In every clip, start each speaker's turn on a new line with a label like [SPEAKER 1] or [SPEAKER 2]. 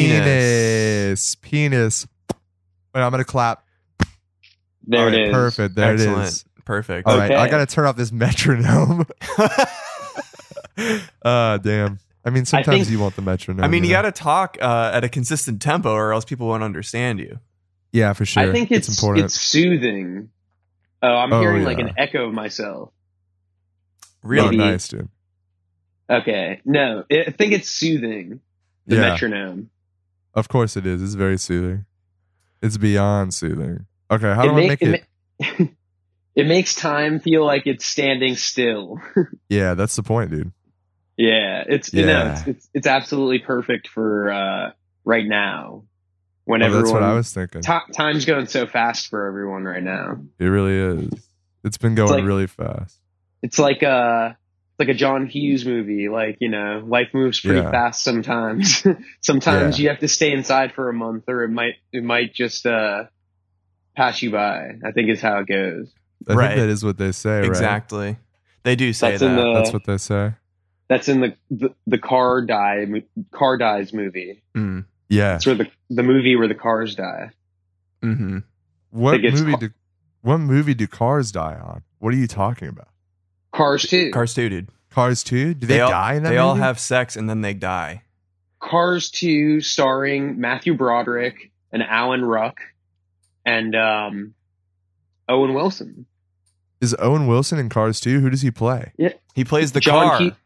[SPEAKER 1] Penis. Penis. Wait, I'm gonna clap.
[SPEAKER 2] There
[SPEAKER 1] All right,
[SPEAKER 2] it is.
[SPEAKER 1] Perfect. There it
[SPEAKER 3] Excellent.
[SPEAKER 1] is.
[SPEAKER 3] Perfect.
[SPEAKER 1] All right,
[SPEAKER 2] Okay.
[SPEAKER 1] I gotta turn off this metronome. Ah, damn. I mean, sometimes
[SPEAKER 2] think-
[SPEAKER 1] you want the metronome.
[SPEAKER 3] I mean, you
[SPEAKER 1] know?
[SPEAKER 3] got to talk uh, at a consistent tempo, or else people won't understand you.
[SPEAKER 1] Yeah, for sure.
[SPEAKER 2] I think it's it's,
[SPEAKER 1] important.
[SPEAKER 2] soothing. Oh, I'm
[SPEAKER 1] Oh,
[SPEAKER 2] hearing like
[SPEAKER 1] yeah.
[SPEAKER 2] an echo of myself.
[SPEAKER 1] really
[SPEAKER 3] Really?
[SPEAKER 2] maybe-
[SPEAKER 1] Oh, nice, dude.
[SPEAKER 2] Okay, no, I think it's soothing. The
[SPEAKER 1] yeah,
[SPEAKER 2] metronome.
[SPEAKER 1] of course it is. It's very soothing. It's beyond soothing. Okay, how do I
[SPEAKER 2] ma-
[SPEAKER 1] make it?
[SPEAKER 2] ma- it makes time feel like it's standing still.
[SPEAKER 1] yeah, that's the point, dude. Oh,
[SPEAKER 2] Yeah, it's
[SPEAKER 1] Yeah.
[SPEAKER 2] no, it's, it's it's absolutely perfect for uh, right now when
[SPEAKER 1] Oh,
[SPEAKER 2] everyone.
[SPEAKER 1] that's what I was thinking.
[SPEAKER 2] ti- time's going so fast for everyone right now.
[SPEAKER 1] It really is. It's been going
[SPEAKER 2] like-
[SPEAKER 1] really fast.
[SPEAKER 2] It's like a it's like a John Hughes movie. Like you know, life moves pretty
[SPEAKER 1] Yeah.
[SPEAKER 2] fast sometimes. sometimes you have to stay inside for a month, or it might it might just uh, pass you by. I think is how it goes.
[SPEAKER 1] I
[SPEAKER 3] Right.
[SPEAKER 1] think that is what they say, right?
[SPEAKER 3] Exactly. They do say
[SPEAKER 2] That's in
[SPEAKER 3] that.
[SPEAKER 2] the-
[SPEAKER 1] That's what they say.
[SPEAKER 2] That's in the the, the car die mo- car dies movie.
[SPEAKER 3] Mm.
[SPEAKER 1] Yeah.
[SPEAKER 2] That's where the the movie where the cars die.
[SPEAKER 3] hmm
[SPEAKER 1] What
[SPEAKER 2] Like it's
[SPEAKER 1] movie
[SPEAKER 2] ca-
[SPEAKER 1] do what movie do cars die on? What are you talking about?
[SPEAKER 2] Cars too.
[SPEAKER 3] Cars too, dude.
[SPEAKER 1] Cars 2? Do they,
[SPEAKER 3] all,
[SPEAKER 1] die in that
[SPEAKER 3] They all
[SPEAKER 1] movie?
[SPEAKER 3] have sex and then they die.
[SPEAKER 2] Cars 2 starring Matthew Broderick and Alan Ruck and um, Owen Wilson.
[SPEAKER 1] Is Owen Wilson in Cars 2? Who does he play?
[SPEAKER 3] He plays the
[SPEAKER 2] John
[SPEAKER 3] car.
[SPEAKER 2] Hugh-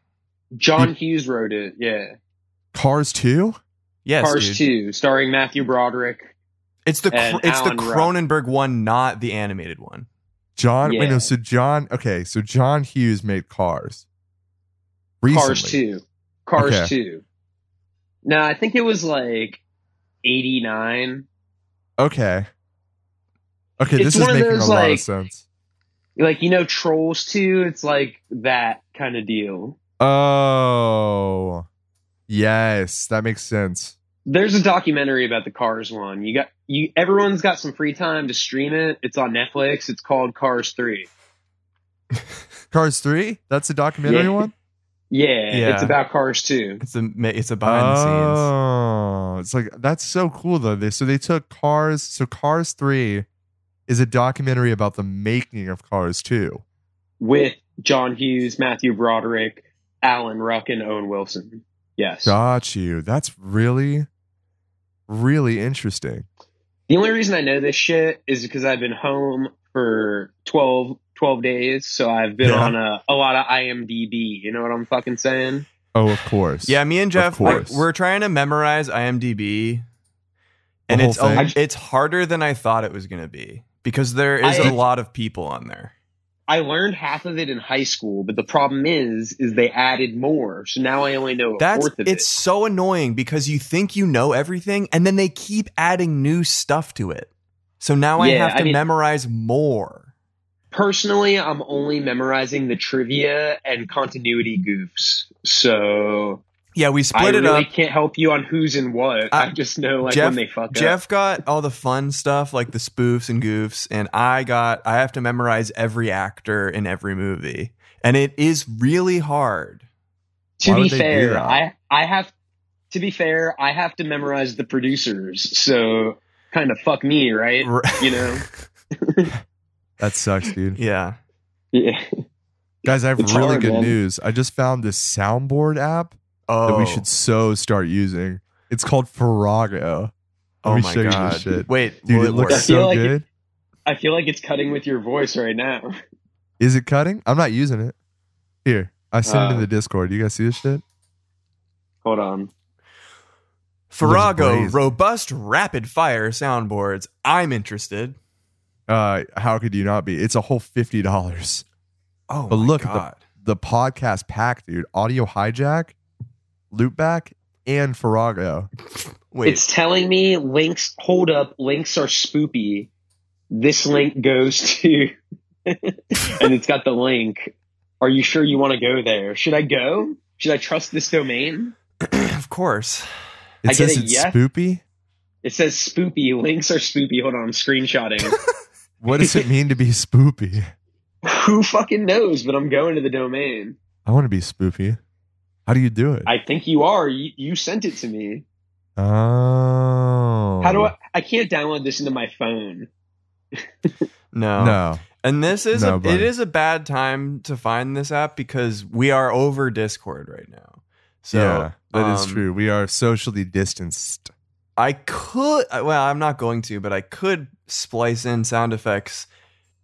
[SPEAKER 2] John Hughes wrote it, yeah.
[SPEAKER 1] Cars 2?
[SPEAKER 3] yes,
[SPEAKER 2] Cars
[SPEAKER 3] dude.
[SPEAKER 2] 2 starring Matthew Broderick.
[SPEAKER 3] It's the
[SPEAKER 2] and
[SPEAKER 3] cr- it's the
[SPEAKER 2] Alan Ruck.
[SPEAKER 3] Cronenberg one, not the animated one.
[SPEAKER 1] John wait no,
[SPEAKER 2] Yeah.
[SPEAKER 1] so John okay, so John Hughes made Cars. Recently.
[SPEAKER 2] Cars 2. Cars
[SPEAKER 1] Okay.
[SPEAKER 2] 2. No, I think it was like 89.
[SPEAKER 1] Okay. Okay,
[SPEAKER 2] It's
[SPEAKER 1] this is
[SPEAKER 2] one of
[SPEAKER 1] making
[SPEAKER 2] those,
[SPEAKER 1] a lot
[SPEAKER 2] like-
[SPEAKER 1] of sense.
[SPEAKER 2] Like, you know, Trolls 2, it's like that kind of deal.
[SPEAKER 1] Oh. Yes, that makes sense.
[SPEAKER 2] There's a documentary about the Cars one. You got you everyone's got some free time to stream it. It's on Netflix. It's called Cars 3.
[SPEAKER 1] Cars 3? That's a documentary
[SPEAKER 2] Yeah.
[SPEAKER 1] one?
[SPEAKER 2] Yeah,
[SPEAKER 3] Yeah.
[SPEAKER 2] it's about Cars too.
[SPEAKER 3] It's a ma- it's a behind the scenes.
[SPEAKER 1] oh, it's like that's so cool though. They so they took Cars. So Cars Three is a documentary about the making of Cars Two.
[SPEAKER 2] with John Hughes, Matthew Broderick, Alan Ruck, and Owen Wilson. Yes.
[SPEAKER 1] Got you. That's really, really interesting.
[SPEAKER 2] The only reason I know this shit is because I've been home for 12, 12 days, so I've been
[SPEAKER 1] Yeah.
[SPEAKER 2] on a, a lot of IMDb. You know what I'm fucking saying?
[SPEAKER 1] Oh, of course.
[SPEAKER 3] Yeah, me and Jeff, like,
[SPEAKER 1] course.
[SPEAKER 3] we're trying to memorize IMDb,
[SPEAKER 1] The
[SPEAKER 3] and
[SPEAKER 1] whole
[SPEAKER 3] it's a,
[SPEAKER 1] thing?
[SPEAKER 3] it's harder than I thought it was going to be because there is
[SPEAKER 2] I-
[SPEAKER 3] a lot of people on there.
[SPEAKER 2] I learned half of it in high school, but the problem is, is they added more, so now I only know a
[SPEAKER 3] That's
[SPEAKER 2] fourth of
[SPEAKER 3] it's
[SPEAKER 2] it.
[SPEAKER 3] so annoying because you think you know everything, and then they keep adding new stuff to it. So now I
[SPEAKER 2] Yeah,
[SPEAKER 3] have to
[SPEAKER 2] I mean-
[SPEAKER 3] memorize more.
[SPEAKER 2] Personally, I'm only memorizing the trivia and continuity goofs, so
[SPEAKER 3] Yeah, we split
[SPEAKER 2] I
[SPEAKER 3] it
[SPEAKER 2] really
[SPEAKER 3] up.
[SPEAKER 2] can't help you on who's and what. I
[SPEAKER 3] Uh,
[SPEAKER 2] just know like
[SPEAKER 3] Jeff-
[SPEAKER 2] when they fuck up.
[SPEAKER 3] Jeff got all the fun stuff like the spoofs and goofs, and I got I have to memorize every actor in every movie, and it is really hard.
[SPEAKER 2] To
[SPEAKER 1] why
[SPEAKER 2] be
[SPEAKER 1] would they do
[SPEAKER 2] fair,
[SPEAKER 1] that?
[SPEAKER 2] I I have to be fair. I have to memorize the producers, so kind of fuck me, right? You know.
[SPEAKER 1] that sucks, dude.
[SPEAKER 3] yeah.
[SPEAKER 2] Yeah.
[SPEAKER 1] Guys, I have
[SPEAKER 2] It's
[SPEAKER 1] really
[SPEAKER 2] hard,
[SPEAKER 1] good
[SPEAKER 2] man.
[SPEAKER 1] news. I just found this soundboard app
[SPEAKER 3] Oh,
[SPEAKER 1] that we should so start using. It's called Farrago. Let
[SPEAKER 3] oh
[SPEAKER 1] me
[SPEAKER 3] my
[SPEAKER 1] show you this
[SPEAKER 3] god!
[SPEAKER 1] shit.
[SPEAKER 3] Wait,
[SPEAKER 1] Dude,
[SPEAKER 3] will
[SPEAKER 1] it looks
[SPEAKER 3] work?
[SPEAKER 2] I feel
[SPEAKER 1] so
[SPEAKER 2] like it-
[SPEAKER 1] good.
[SPEAKER 2] I feel like it's cutting with your voice right now.
[SPEAKER 1] Is it cutting? I'm not using it. Here, I sent it in
[SPEAKER 2] Uh,
[SPEAKER 1] the Discord. You guys see this shit?
[SPEAKER 2] Hold on.
[SPEAKER 3] Farrago
[SPEAKER 1] blazed.
[SPEAKER 3] robust rapid fire soundboards. I'm interested.
[SPEAKER 1] Uh, how could you not be? It's a whole fifty dollars.
[SPEAKER 3] Oh,
[SPEAKER 1] But
[SPEAKER 3] my
[SPEAKER 1] look at the-
[SPEAKER 3] god.
[SPEAKER 1] The podcast pack, dude. Audio hijack, loopback, and Farrago.
[SPEAKER 3] Wait,
[SPEAKER 2] It's telling me links. Hold up, links are spoopy. This link goes to, and it's got the link. Are you sure you want to go there? Should I go? Should I trust this domain?
[SPEAKER 3] of course.
[SPEAKER 1] It
[SPEAKER 2] I get
[SPEAKER 1] says
[SPEAKER 2] a
[SPEAKER 1] it's
[SPEAKER 2] yes.
[SPEAKER 1] spoopy.
[SPEAKER 2] It says spoopy. Links are spoopy. Hold on, I'm screenshotting.
[SPEAKER 1] What does it mean to be spoopy?
[SPEAKER 2] Who fucking knows? But I'm going to the domain.
[SPEAKER 1] I want to be spoopy. How do you do it?
[SPEAKER 2] I think you are. You, you sent it to me.
[SPEAKER 1] Oh.
[SPEAKER 2] How do I? I can't download this into my phone.
[SPEAKER 3] No.
[SPEAKER 1] No.
[SPEAKER 3] And this is
[SPEAKER 1] No,
[SPEAKER 3] a, it
[SPEAKER 1] buddy.
[SPEAKER 3] is a bad time to find this app because we are over Discord right now. So
[SPEAKER 1] yeah, that is
[SPEAKER 3] um,
[SPEAKER 1] true. We are socially distanced.
[SPEAKER 3] I could well, I'm not going to, but I could splice in sound effects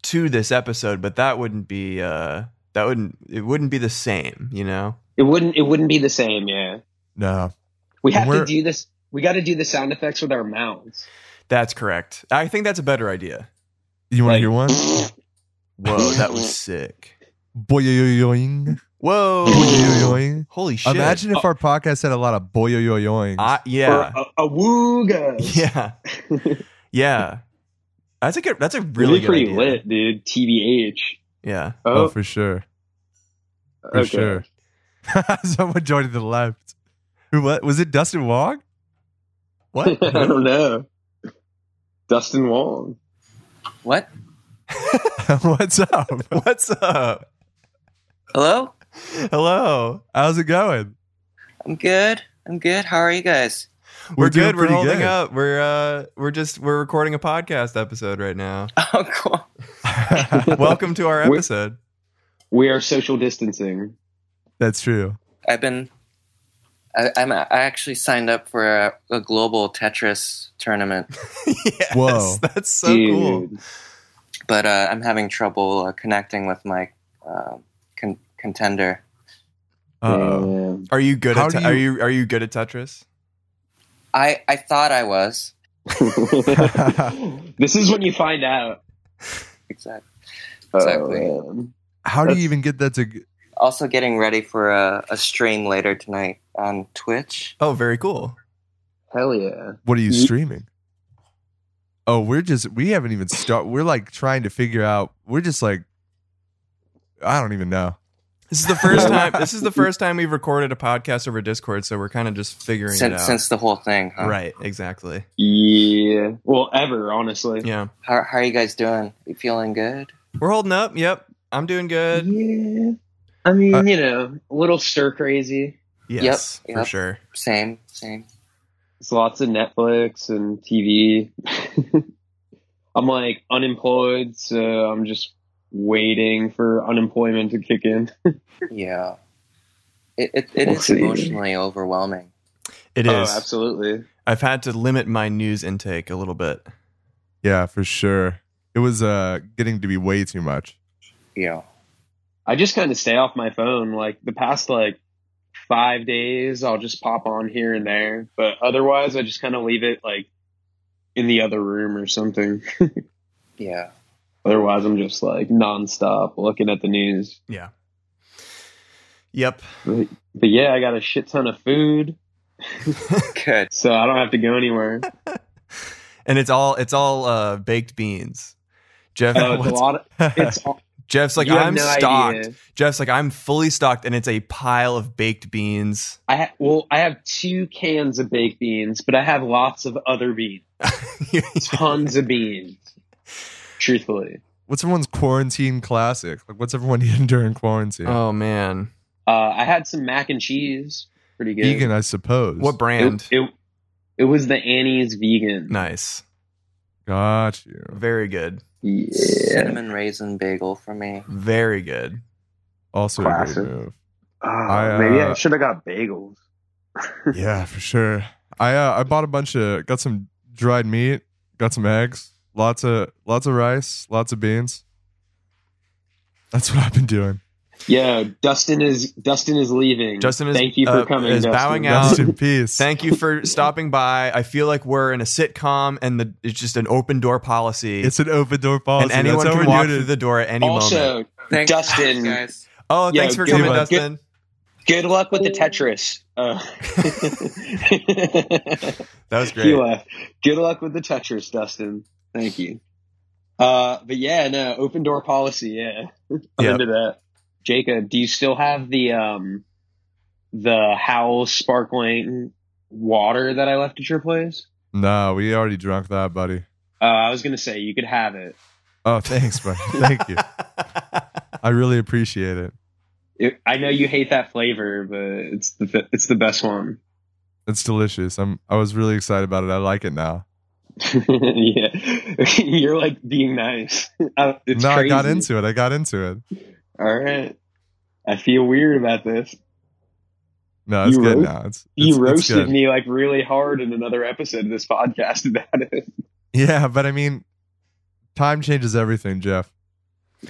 [SPEAKER 3] to this episode, but that wouldn't be uh that wouldn't it wouldn't be the same, you know?
[SPEAKER 2] It wouldn't. It wouldn't be the same. Yeah,
[SPEAKER 1] No.
[SPEAKER 2] we have
[SPEAKER 1] We're-
[SPEAKER 2] to do this. We got to do the sound effects with our mouths.
[SPEAKER 3] That's correct. I think that's a better idea.
[SPEAKER 1] You want to
[SPEAKER 2] Like-
[SPEAKER 1] hear one?
[SPEAKER 3] Whoa, that was sick.
[SPEAKER 1] Boyoyoyoing.
[SPEAKER 3] Whoa.
[SPEAKER 1] Boyoyoyoing.
[SPEAKER 3] Holy shit.
[SPEAKER 1] Imagine if our podcast had a lot of boyoyoyoing.
[SPEAKER 3] I, yeah.
[SPEAKER 2] Or uh, a, a wooga.
[SPEAKER 3] Yeah. yeah. That's a good that's a really
[SPEAKER 2] really
[SPEAKER 3] good
[SPEAKER 2] pretty
[SPEAKER 3] idea.
[SPEAKER 2] lit, dude. TBH.
[SPEAKER 3] Yeah.
[SPEAKER 1] oh,
[SPEAKER 2] Oh,
[SPEAKER 1] for sure. For
[SPEAKER 2] okay.
[SPEAKER 1] sure. Someone joined to the left. Who what was it Dustin Wong?
[SPEAKER 3] What?
[SPEAKER 2] I don't know. Dustin Wong.
[SPEAKER 4] What?
[SPEAKER 1] What's up?
[SPEAKER 3] What's up?
[SPEAKER 4] Hello?
[SPEAKER 3] Hello.
[SPEAKER 1] How's it going?
[SPEAKER 4] I'm good. I'm good. How are you guys?
[SPEAKER 3] We're,
[SPEAKER 1] doing
[SPEAKER 3] good. We're
[SPEAKER 1] pretty
[SPEAKER 3] holding
[SPEAKER 1] good.
[SPEAKER 3] up. We're uh we're just we're recording a podcast episode right now.
[SPEAKER 4] Oh, cool.
[SPEAKER 3] Welcome to our
[SPEAKER 2] We're-
[SPEAKER 3] episode.
[SPEAKER 2] We are social distancing.
[SPEAKER 1] That's true.
[SPEAKER 4] I've been. I, I'm. I actually signed up for a, a global Tetris tournament,
[SPEAKER 3] yes,
[SPEAKER 1] Whoa.
[SPEAKER 3] That's so cool.
[SPEAKER 2] Dude.
[SPEAKER 4] but uh, I'm having trouble uh, connecting with my uh, con- contender.
[SPEAKER 1] Uh, Uh-oh.
[SPEAKER 2] Damn.
[SPEAKER 3] Are you good
[SPEAKER 1] How
[SPEAKER 3] at
[SPEAKER 1] do
[SPEAKER 3] te- are you are you good at Tetris?
[SPEAKER 4] I I thought I was
[SPEAKER 2] this is when you find out.
[SPEAKER 4] exactly. Exactly.
[SPEAKER 2] Oh, man.
[SPEAKER 1] How do you
[SPEAKER 2] That's-
[SPEAKER 1] even get that to g-
[SPEAKER 4] Also getting ready for a, a stream later tonight on Twitch.
[SPEAKER 3] Oh, very cool.
[SPEAKER 2] Hell yeah.
[SPEAKER 1] what are you
[SPEAKER 2] Ye-
[SPEAKER 1] streaming? Oh, we're just we haven't even start we're like trying to figure out we're just like I don't even know.
[SPEAKER 3] This is the first time this is the first time we've recorded a podcast over Discord, so we're kind of just figuring it out.
[SPEAKER 4] Since since the whole thing.
[SPEAKER 2] uh,
[SPEAKER 4] Huh?
[SPEAKER 3] right, exactly.
[SPEAKER 2] Yeah. Well, ever, honestly.
[SPEAKER 3] Yeah.
[SPEAKER 4] How how are you guys doing? You feeling good?
[SPEAKER 3] We're holding up. Yep. I'm doing good.
[SPEAKER 2] Yeah. I mean,
[SPEAKER 1] Uh,
[SPEAKER 2] you know, a little stir crazy.
[SPEAKER 3] Yes,
[SPEAKER 4] Yep,
[SPEAKER 3] for
[SPEAKER 4] yep.
[SPEAKER 3] sure.
[SPEAKER 4] Same same.
[SPEAKER 2] It's lots of Netflix and TV. I'm like unemployed, so I'm just waiting for unemployment to kick in.
[SPEAKER 4] Yeah. It it, it is
[SPEAKER 2] Okay.
[SPEAKER 4] emotionally overwhelming.
[SPEAKER 3] It is.
[SPEAKER 2] Oh, absolutely.
[SPEAKER 3] I've had to limit my news intake a little bit.
[SPEAKER 1] Yeah, for sure. It was uh getting to be way too much.
[SPEAKER 4] Yeah.
[SPEAKER 2] I just kind of stay off my phone. Like the past like five days, I'll just pop on here and there, but otherwise, I just kind of leave it like in the other room or something.
[SPEAKER 4] Yeah.
[SPEAKER 2] Otherwise, I'm just like nonstop looking at the news.
[SPEAKER 3] Yeah. Yep.
[SPEAKER 2] But yeah, I got a shit ton of food,
[SPEAKER 4] Good.
[SPEAKER 2] so I don't have to go anywhere.
[SPEAKER 3] And it's all it's all uh, baked beans. Jeff
[SPEAKER 2] Uh, it's a lot. Of, it's
[SPEAKER 3] Jeff's like
[SPEAKER 2] you have
[SPEAKER 3] I'm
[SPEAKER 2] no
[SPEAKER 3] stocked.
[SPEAKER 2] idea.
[SPEAKER 3] Jeff's like I'm fully stocked and it's a pile of baked beans.
[SPEAKER 2] I ha- well, I have two cans of baked beans, but I have lots of other beans, tons of beans. Truthfully,
[SPEAKER 1] what's everyone's quarantine classic? Like what's everyone eating during quarantine?
[SPEAKER 3] Oh man.
[SPEAKER 2] uh, I had some mac and cheese. Pretty good.
[SPEAKER 1] Vegan, I suppose.
[SPEAKER 3] What brand?
[SPEAKER 2] It, it, it was the Annie's vegan.
[SPEAKER 3] nice.
[SPEAKER 1] Got you.
[SPEAKER 3] Very good.
[SPEAKER 2] Yeah.
[SPEAKER 4] Cinnamon raisin bagel for me.
[SPEAKER 3] Very good.
[SPEAKER 1] Also a
[SPEAKER 2] Classic.
[SPEAKER 1] great move.
[SPEAKER 2] Oh,
[SPEAKER 1] I,
[SPEAKER 2] maybe I
[SPEAKER 1] uh,
[SPEAKER 2] should have got bagels.
[SPEAKER 1] Yeah, for sure. I uh, I bought a bunch of got some dried meat, got some eggs, lots of lots of rice, lots of beans. That's what I've been doing.
[SPEAKER 2] Yeah, Dustin is Dustin is leaving.
[SPEAKER 3] Justin is
[SPEAKER 2] thank you for
[SPEAKER 3] uh,
[SPEAKER 2] coming.
[SPEAKER 3] is
[SPEAKER 2] Dustin.
[SPEAKER 3] bowing out.
[SPEAKER 1] Rest in peace.
[SPEAKER 3] Thank you for stopping by. I feel like we're in a sitcom and the, it's just an open door policy.
[SPEAKER 1] it's an open door policy.
[SPEAKER 3] and anyone
[SPEAKER 1] That's how
[SPEAKER 3] can
[SPEAKER 1] we're
[SPEAKER 3] walk
[SPEAKER 1] doing
[SPEAKER 3] through
[SPEAKER 1] it.
[SPEAKER 3] the door at any moment.
[SPEAKER 2] Also,
[SPEAKER 4] Thanks,
[SPEAKER 2] Justin.
[SPEAKER 4] guys.
[SPEAKER 3] Oh,
[SPEAKER 2] Yeah,
[SPEAKER 3] thanks for
[SPEAKER 2] good
[SPEAKER 3] coming,
[SPEAKER 1] one.
[SPEAKER 3] Dustin.
[SPEAKER 2] good luck with the Tetris. Uh,
[SPEAKER 3] That was
[SPEAKER 2] he
[SPEAKER 3] great.
[SPEAKER 2] left. Good luck with the Tetris, Dustin. Thank you. Uh, but yeah, no open door policy. Yeah, I'm
[SPEAKER 3] Yep.
[SPEAKER 2] into that. Jacob, do you still have the um, the Howell sparkling water that I left at your place?
[SPEAKER 1] No, we already drunk that, buddy.
[SPEAKER 2] Uh, I was gonna say you could have it.
[SPEAKER 1] Oh, thanks, buddy. Thank you. I really appreciate it.
[SPEAKER 2] it I know you hate that flavor, but it's the it's the best one.
[SPEAKER 1] It's delicious. I'm I was really excited about it. I like it now.
[SPEAKER 2] yeah, you're like being nice. Uh, It's
[SPEAKER 1] no,
[SPEAKER 2] crazy.
[SPEAKER 1] I got into it. I got into it.
[SPEAKER 2] All right, I feel weird about this.
[SPEAKER 1] No, it's
[SPEAKER 2] You
[SPEAKER 1] good
[SPEAKER 2] roast-
[SPEAKER 1] now. It's,
[SPEAKER 2] You
[SPEAKER 1] it's- it's
[SPEAKER 2] roasted
[SPEAKER 1] good.
[SPEAKER 2] me like really hard in another episode of this podcast about it.
[SPEAKER 1] Yeah, but I mean, time changes everything, Jeff.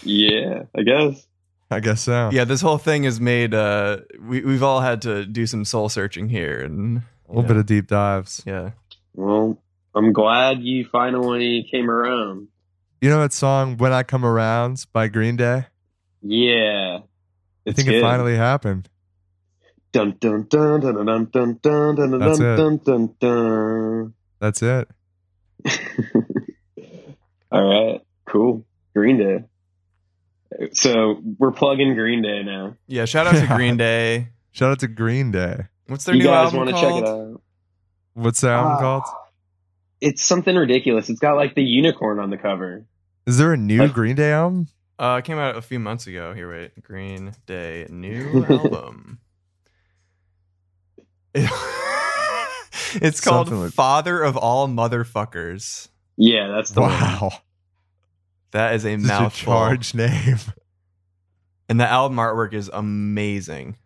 [SPEAKER 2] Yeah, I guess.
[SPEAKER 1] I guess so.
[SPEAKER 3] Yeah, this whole thing has made uh we we've all had to do some soul searching here and
[SPEAKER 1] a little bit of deep dives.
[SPEAKER 3] yeah.
[SPEAKER 2] Well, I'm glad you finally came around.
[SPEAKER 1] You know that song "When I Come Around" by Green Day?
[SPEAKER 2] Yeah,
[SPEAKER 1] I think it finally happened.
[SPEAKER 2] Dun dun dun dun dun dun dun dun dun
[SPEAKER 1] That's it.
[SPEAKER 2] dun dun dun.
[SPEAKER 1] That's it.
[SPEAKER 2] All right, cool. Green Day. So we're plugging Green Day now.
[SPEAKER 3] Yeah, shout out to Green Day.
[SPEAKER 1] Shout out to Green Day.
[SPEAKER 3] What's their
[SPEAKER 2] you
[SPEAKER 3] new
[SPEAKER 2] guys
[SPEAKER 3] album
[SPEAKER 2] want to
[SPEAKER 3] called?
[SPEAKER 2] check it out?
[SPEAKER 1] What's that album
[SPEAKER 2] Ah.
[SPEAKER 1] called?
[SPEAKER 2] It's something ridiculous. It's got like the unicorn on the cover.
[SPEAKER 1] Is there a new
[SPEAKER 2] Like-
[SPEAKER 1] Green Day album?
[SPEAKER 3] Uh, it came out a few months ago. Here, wait. Green Day new album. It- it's called
[SPEAKER 1] Something like-
[SPEAKER 3] Father of All Motherfuckers.
[SPEAKER 2] Yeah, that's the one.
[SPEAKER 1] Wow,
[SPEAKER 3] That is a
[SPEAKER 1] such a
[SPEAKER 3] mouthful.
[SPEAKER 1] charged name.
[SPEAKER 3] And the album artwork is amazing.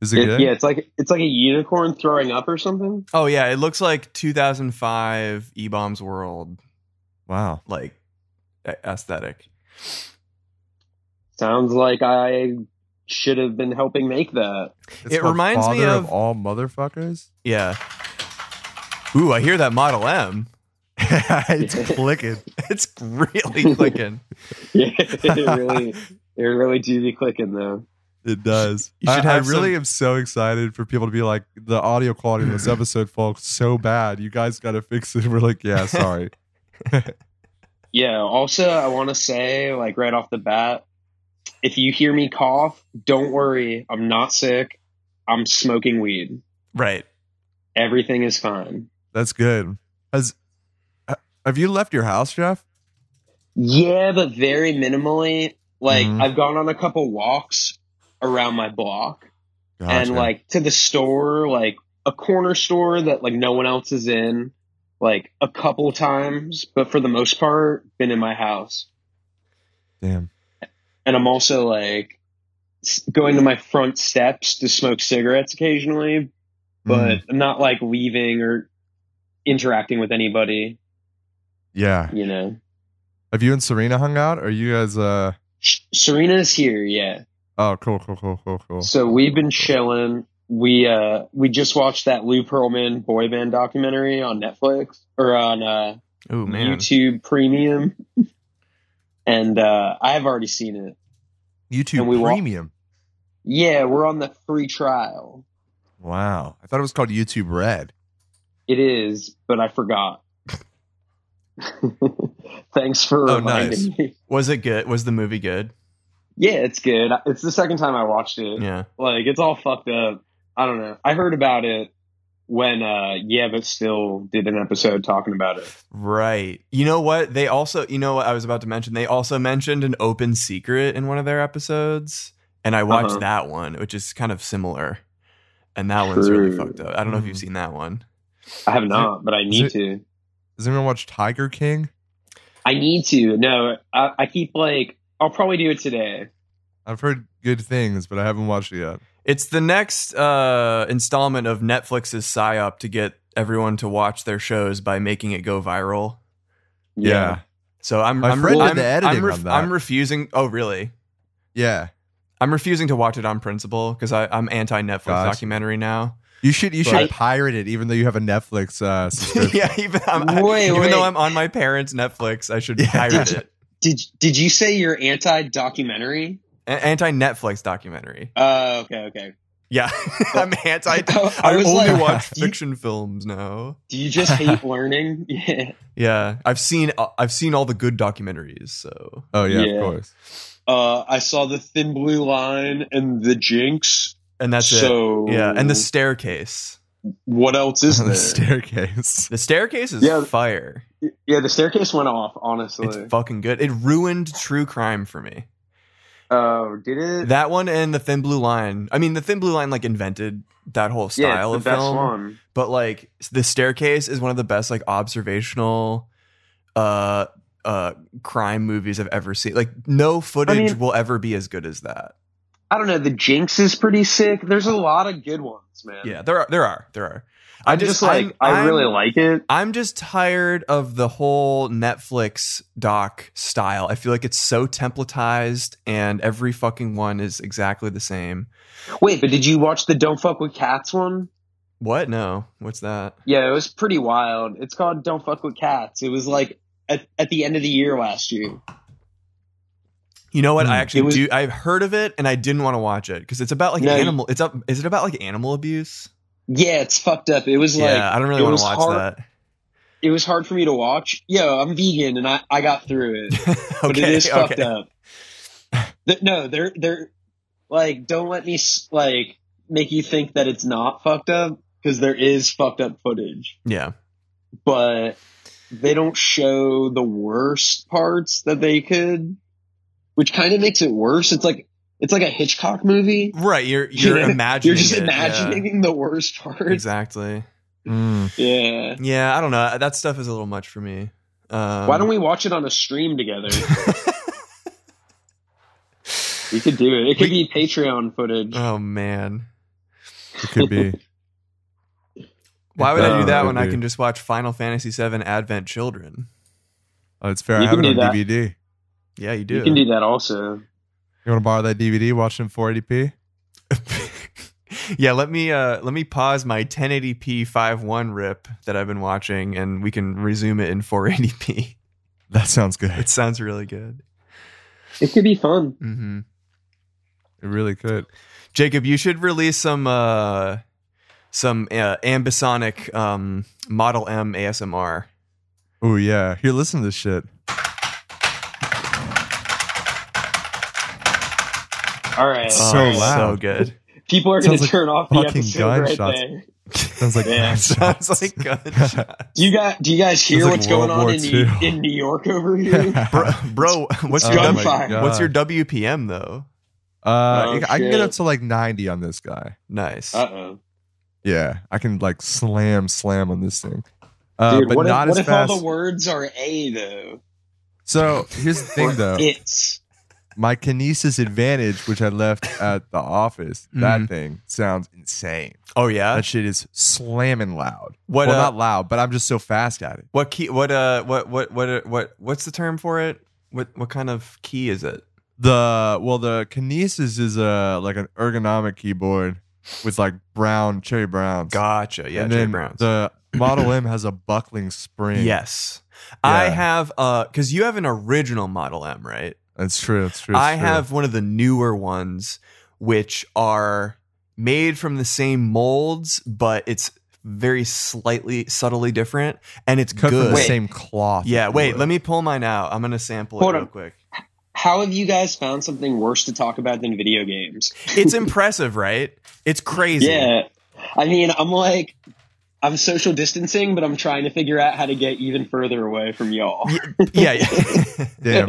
[SPEAKER 1] Is it,
[SPEAKER 2] It-
[SPEAKER 1] good?
[SPEAKER 2] yeah, it's like it's like a unicorn throwing up or something.
[SPEAKER 3] Oh yeah, it looks like 2005 E Bombs World
[SPEAKER 1] Wow.
[SPEAKER 3] like a- aesthetic.
[SPEAKER 2] Sounds like I should have been helping make that.
[SPEAKER 1] It's
[SPEAKER 3] It
[SPEAKER 1] called
[SPEAKER 3] reminds me
[SPEAKER 1] Father of
[SPEAKER 3] of-
[SPEAKER 1] all motherfuckers.
[SPEAKER 3] Yeah. Ooh, I hear that Model M.
[SPEAKER 1] it's clicking.
[SPEAKER 3] It's really clicking.
[SPEAKER 2] Yeah, it really, it really do be clicking though.
[SPEAKER 1] It does.
[SPEAKER 3] You should
[SPEAKER 1] I, I
[SPEAKER 3] have
[SPEAKER 1] really
[SPEAKER 3] some-
[SPEAKER 1] am so excited for people to be like, the audio quality of this episode, folks, so bad. You guys got to fix it. We're like, yeah, sorry.
[SPEAKER 2] Yeah. Also, I want to say, like right off the bat, if you hear me cough, don't worry. I'm not sick. I'm smoking weed.
[SPEAKER 3] right.
[SPEAKER 2] Everything is fine.
[SPEAKER 1] That's good. Has ha- have you left your house, Jeff?
[SPEAKER 2] Yeah, but very minimally. Like
[SPEAKER 1] Mhm.
[SPEAKER 2] I've gone on a couple walks around my block. and
[SPEAKER 1] Gotcha.
[SPEAKER 2] like to the store, like a corner store that like no one else is in, like a couple times, but for the most part, been in my house.
[SPEAKER 1] damn.
[SPEAKER 2] And I'm also like s- going to my front steps to smoke cigarettes occasionally, but
[SPEAKER 1] Mm,
[SPEAKER 2] I'm not like leaving or interacting with anybody,
[SPEAKER 1] yeah.
[SPEAKER 2] you know.
[SPEAKER 1] Have you and Serena hung out? Are you guys? uh
[SPEAKER 2] Sh- Serena's here, yeah.
[SPEAKER 1] Oh, cool, cool, cool, cool, cool.
[SPEAKER 2] So we've been chilling. We uh we just watched that Lou Pearlman boy band documentary on Netflix or on uh
[SPEAKER 1] Oh,
[SPEAKER 3] Ooh man.
[SPEAKER 2] YouTube Premium, and uh, I've already seen it.
[SPEAKER 1] YouTube
[SPEAKER 2] and we wa-
[SPEAKER 1] Premium.
[SPEAKER 2] Yeah, we're on the free trial.
[SPEAKER 1] wow, I thought it was called YouTube Red.
[SPEAKER 2] It is, but I forgot. Thanks for
[SPEAKER 1] Oh,
[SPEAKER 2] reminding me.
[SPEAKER 3] Was it good? Was the movie good?
[SPEAKER 2] Yeah, it's good. It's the second time I watched it.
[SPEAKER 3] Yeah.
[SPEAKER 2] Like it's all fucked up. I don't know. I heard about it when uh yeah, but still did an episode talking about it.
[SPEAKER 3] Right. You know what? They also, you know what I was about to mention? They also mentioned an open secret in one of their episodes. And I watched
[SPEAKER 2] Uh-huh.
[SPEAKER 3] that one, which is kind of similar. And that one's really
[SPEAKER 2] True. Mm-hmm.
[SPEAKER 3] fucked up. I don't know if you've
[SPEAKER 1] Mhm.
[SPEAKER 3] seen that one.
[SPEAKER 2] I have not, but I need
[SPEAKER 1] it-
[SPEAKER 2] to.
[SPEAKER 1] Does anyone watch Tiger King?
[SPEAKER 2] I need to. No, I, I keep like I'll probably do it today.
[SPEAKER 1] I've heard good things, but I haven't watched it yet.
[SPEAKER 3] It's the next uh, installment of Netflix's PSYOP to get everyone to watch their shows by making it go viral.
[SPEAKER 1] Yeah,
[SPEAKER 3] So I'm,
[SPEAKER 1] My
[SPEAKER 3] I'm,
[SPEAKER 1] friend did
[SPEAKER 3] I'm,
[SPEAKER 1] the editing
[SPEAKER 3] I'm, ref-
[SPEAKER 1] on that.
[SPEAKER 3] I'm refusing. Oh, really?
[SPEAKER 1] yeah.
[SPEAKER 3] I'm refusing to watch it on principle because I'm anti Netflix
[SPEAKER 1] Gotcha.
[SPEAKER 3] documentary now.
[SPEAKER 1] You should you should
[SPEAKER 2] Right.
[SPEAKER 1] pirate it, even though you have a Netflix uh, subscription.
[SPEAKER 3] yeah, even, I'm, I-
[SPEAKER 2] Wait,
[SPEAKER 3] even though
[SPEAKER 2] wait.
[SPEAKER 3] I'm on my parents' Netflix, I should
[SPEAKER 1] Yeah.
[SPEAKER 3] pirate it.
[SPEAKER 2] Did did you say you're anti documentary?
[SPEAKER 3] Anti Netflix documentary.
[SPEAKER 2] Oh, okay, okay.
[SPEAKER 3] Yeah, I'm anti.
[SPEAKER 2] I,
[SPEAKER 3] I,
[SPEAKER 2] was
[SPEAKER 3] only
[SPEAKER 2] like,
[SPEAKER 3] watch
[SPEAKER 2] do you-
[SPEAKER 3] fiction films now.
[SPEAKER 2] do you just hate learning? Yeah.
[SPEAKER 3] Yeah, I've seen uh, I've seen all the good documentaries. So
[SPEAKER 1] Oh yeah,
[SPEAKER 2] Yeah.
[SPEAKER 1] of course.
[SPEAKER 2] Uh, I saw the Thin Blue Line and the Jinx.
[SPEAKER 3] and that's
[SPEAKER 2] so
[SPEAKER 3] it. Yeah, and the staircase.
[SPEAKER 2] what else is
[SPEAKER 1] the
[SPEAKER 2] there?
[SPEAKER 1] staircase.
[SPEAKER 3] The staircase is
[SPEAKER 2] Yeah.
[SPEAKER 3] fire.
[SPEAKER 2] yeah, the staircase went off. Honestly,
[SPEAKER 3] It's fucking good. It ruined true crime for me.
[SPEAKER 2] Oh, did it?
[SPEAKER 3] That one and the Thin Blue Line. I mean, the Thin Blue Line like invented that whole style
[SPEAKER 2] yeah, it's
[SPEAKER 3] of
[SPEAKER 2] the best
[SPEAKER 3] film.
[SPEAKER 2] one.
[SPEAKER 3] But like the staircase is one of the best like observational uh uh crime movies I've ever seen. Like no footage
[SPEAKER 2] mean-
[SPEAKER 3] will ever be as good as that.
[SPEAKER 2] I don't know. The Jinx is pretty sick. There's a lot of good ones, man.
[SPEAKER 3] Yeah, there are there are there are.
[SPEAKER 2] I'm just, like
[SPEAKER 3] I'm-
[SPEAKER 2] i
[SPEAKER 3] I'm-
[SPEAKER 2] really like it.
[SPEAKER 3] I'm just tired of the whole Netflix doc style. I feel like it's so templatized and every fucking one is exactly the same.
[SPEAKER 2] Wait, but did you watch the Don't Fuck with Cats one?
[SPEAKER 3] What? No. What's that?
[SPEAKER 2] Yeah, it was pretty wild. It's called Don't Fuck with Cats. It was like at, at the end of the year last year.
[SPEAKER 3] You know what? I
[SPEAKER 1] Hmm.
[SPEAKER 3] actually
[SPEAKER 2] It was-
[SPEAKER 3] do. I've heard of it and I didn't want to watch it because it's about like
[SPEAKER 2] No, you-
[SPEAKER 3] animal. It's up. Is it about like animal abuse?
[SPEAKER 2] Yeah, it's fucked up. It was like
[SPEAKER 3] yeah, I don't really
[SPEAKER 2] it
[SPEAKER 3] want
[SPEAKER 2] was
[SPEAKER 3] to watch
[SPEAKER 2] hard-
[SPEAKER 3] that.
[SPEAKER 2] It was hard for me to watch. Yo, I'm vegan and I, I got through it.
[SPEAKER 3] okay,
[SPEAKER 2] but it is fucked
[SPEAKER 3] okay.
[SPEAKER 2] up. Th- no, they're they're like don't let me s- like make you think that it's not fucked up because there is fucked up footage,
[SPEAKER 3] Yeah,
[SPEAKER 2] but they don't show the worst parts that they could, which kind of makes it worse. It's like it's like a Hitchcock movie.
[SPEAKER 3] right. You're you're
[SPEAKER 2] Yeah,
[SPEAKER 3] imagining.
[SPEAKER 2] You're just
[SPEAKER 3] it, yeah.
[SPEAKER 2] imagining the worst parts.
[SPEAKER 3] Exactly.
[SPEAKER 1] Mm.
[SPEAKER 2] Yeah.
[SPEAKER 3] Yeah, I don't know. That stuff is a little much for me. Um,
[SPEAKER 2] Why don't we watch it on a stream together? we could do it. It could be Patreon footage.
[SPEAKER 1] Uh,
[SPEAKER 3] Oh man,
[SPEAKER 1] It could be.
[SPEAKER 3] why would I do
[SPEAKER 1] Uh,
[SPEAKER 3] that when I
[SPEAKER 1] dude.
[SPEAKER 3] can just watch Final Fantasy VII Advent Children?
[SPEAKER 1] Oh, it's fair.
[SPEAKER 2] You
[SPEAKER 1] I have
[SPEAKER 2] can
[SPEAKER 1] it on
[SPEAKER 2] do that.
[SPEAKER 1] DVD.
[SPEAKER 3] Yeah, you do.
[SPEAKER 2] you can do that also.
[SPEAKER 1] You want to borrow that DVD? Watch it in 480p.
[SPEAKER 3] yeah, let me uh let me pause my 1080p 5.1 rip that I've been watching and we can resume it in 480p.
[SPEAKER 1] That sounds good.
[SPEAKER 3] It sounds really good.
[SPEAKER 2] It could be fun.
[SPEAKER 3] hmm
[SPEAKER 1] It really could.
[SPEAKER 3] Jacob, you should release some uh some uh, ambisonic um Model M ASMR.
[SPEAKER 1] Oh yeah. Here, listen to this shit.
[SPEAKER 2] All right.
[SPEAKER 1] So
[SPEAKER 3] Oh, it's So
[SPEAKER 1] loud.
[SPEAKER 3] good.
[SPEAKER 2] People are going
[SPEAKER 1] Sounds
[SPEAKER 2] to
[SPEAKER 1] like
[SPEAKER 2] turn off the
[SPEAKER 1] fucking
[SPEAKER 2] episode right
[SPEAKER 1] gunshots.
[SPEAKER 2] there.
[SPEAKER 1] Sounds like
[SPEAKER 2] Yeah,
[SPEAKER 3] Sounds like gunshots.
[SPEAKER 2] Do you guys, do you guys hear
[SPEAKER 1] Sounds like
[SPEAKER 2] what's going
[SPEAKER 1] World War
[SPEAKER 2] on in, New-
[SPEAKER 1] Two.
[SPEAKER 2] in New York over here?
[SPEAKER 3] bro, bro, what's your
[SPEAKER 2] Oh
[SPEAKER 3] w-
[SPEAKER 2] my gunfire.
[SPEAKER 1] God.
[SPEAKER 3] what's your WPM though?
[SPEAKER 1] Uh,
[SPEAKER 2] Oh,
[SPEAKER 1] I can get
[SPEAKER 2] shit.
[SPEAKER 1] up to like 90 on this guy.
[SPEAKER 3] Nice.
[SPEAKER 2] uh oh.
[SPEAKER 1] Yeah, I can like slam, slam on this thing. Uh,
[SPEAKER 2] Dude,
[SPEAKER 1] but
[SPEAKER 2] what if,
[SPEAKER 1] not
[SPEAKER 2] what
[SPEAKER 1] as
[SPEAKER 2] if
[SPEAKER 1] fast.
[SPEAKER 2] all the words are A, though?
[SPEAKER 1] so here's the thing, though.
[SPEAKER 2] It's.
[SPEAKER 1] My kinesis advantage, which I left at the office, that
[SPEAKER 3] Mhm.
[SPEAKER 1] thing sounds insane.
[SPEAKER 3] oh yeah.
[SPEAKER 1] That shit is slamming loud.
[SPEAKER 3] What
[SPEAKER 1] well,
[SPEAKER 3] uh,
[SPEAKER 1] not loud, but I'm just so fast at it.
[SPEAKER 3] What key? What uh? What what what what? What's the term for it? What what kind of key is it?
[SPEAKER 1] The well, the kinesis is a like an ergonomic keyboard with like brown cherry browns.
[SPEAKER 3] Gotcha. Yeah,
[SPEAKER 1] and
[SPEAKER 3] Jay
[SPEAKER 1] then
[SPEAKER 3] Browns.
[SPEAKER 1] the Model M has a buckling spring.
[SPEAKER 3] yes,
[SPEAKER 1] Yeah.
[SPEAKER 3] I have uh, because you have an original Model M, right?
[SPEAKER 1] that's true. That's true.
[SPEAKER 3] I
[SPEAKER 1] that's true.
[SPEAKER 3] have one of the newer ones, which are made from the same molds, but it's very slightly subtly different, and it's
[SPEAKER 1] cut from
[SPEAKER 3] good.
[SPEAKER 1] the
[SPEAKER 2] Wait.
[SPEAKER 1] same cloth.
[SPEAKER 3] Yeah,
[SPEAKER 1] if you
[SPEAKER 3] wait.
[SPEAKER 1] would.
[SPEAKER 3] Let me pull mine out. I'm gonna sample
[SPEAKER 2] Hold
[SPEAKER 3] it real
[SPEAKER 2] on.
[SPEAKER 3] quick.
[SPEAKER 2] How have you guys found something worse to talk about than video games?
[SPEAKER 3] It's impressive, right? It's crazy.
[SPEAKER 2] Yeah. I mean, I'm like. I'm social distancing, but I'm trying to figure out how to get even further away from y'all.
[SPEAKER 3] yeah. yeah.
[SPEAKER 1] Damn.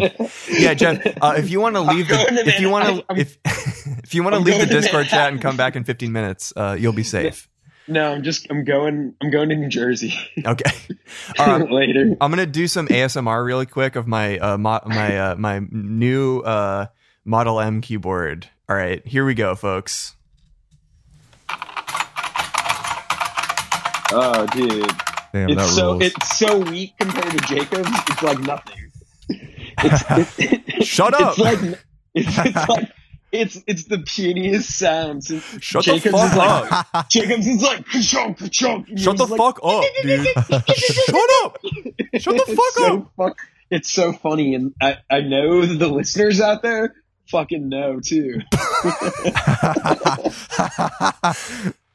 [SPEAKER 3] yeah, Jeff. Uh, if you want to leave the
[SPEAKER 2] going to
[SPEAKER 3] if you
[SPEAKER 2] bed.
[SPEAKER 3] want to
[SPEAKER 2] I'm-
[SPEAKER 3] if if you want to
[SPEAKER 2] I'm
[SPEAKER 3] leave the
[SPEAKER 2] going to
[SPEAKER 3] Discord
[SPEAKER 2] bed.
[SPEAKER 3] chat and come back in 15 minutes, uh, you'll be safe.
[SPEAKER 2] No, I'm just I'm going I'm going to New Jersey
[SPEAKER 3] Okay. All right.
[SPEAKER 2] later.
[SPEAKER 3] I'm gonna do some ASMR really quick of my uh, mo- my uh, my new uh, Model M keyboard. All right, here we go, folks.
[SPEAKER 2] Oh, dude,
[SPEAKER 1] Damn, that
[SPEAKER 2] it's so
[SPEAKER 1] rules.
[SPEAKER 2] it's so weak compared to Jacob's. It's like nothing. It's, it,
[SPEAKER 3] Shut up!
[SPEAKER 2] It's like it's, it's like it's it's the puniest sound since
[SPEAKER 3] Shut the
[SPEAKER 2] Jacob's
[SPEAKER 3] fuck
[SPEAKER 2] is like
[SPEAKER 3] up!
[SPEAKER 2] Jacob's is like ka-chunk, ka-chunk, and
[SPEAKER 3] Shut the
[SPEAKER 2] yours is
[SPEAKER 3] fuck up, dude!
[SPEAKER 2] like,
[SPEAKER 3] Shut up! Shut the
[SPEAKER 2] It's
[SPEAKER 3] fuck
[SPEAKER 2] so
[SPEAKER 3] up!
[SPEAKER 2] fuck- it's so funny, and I I know the listeners out there fucking know too.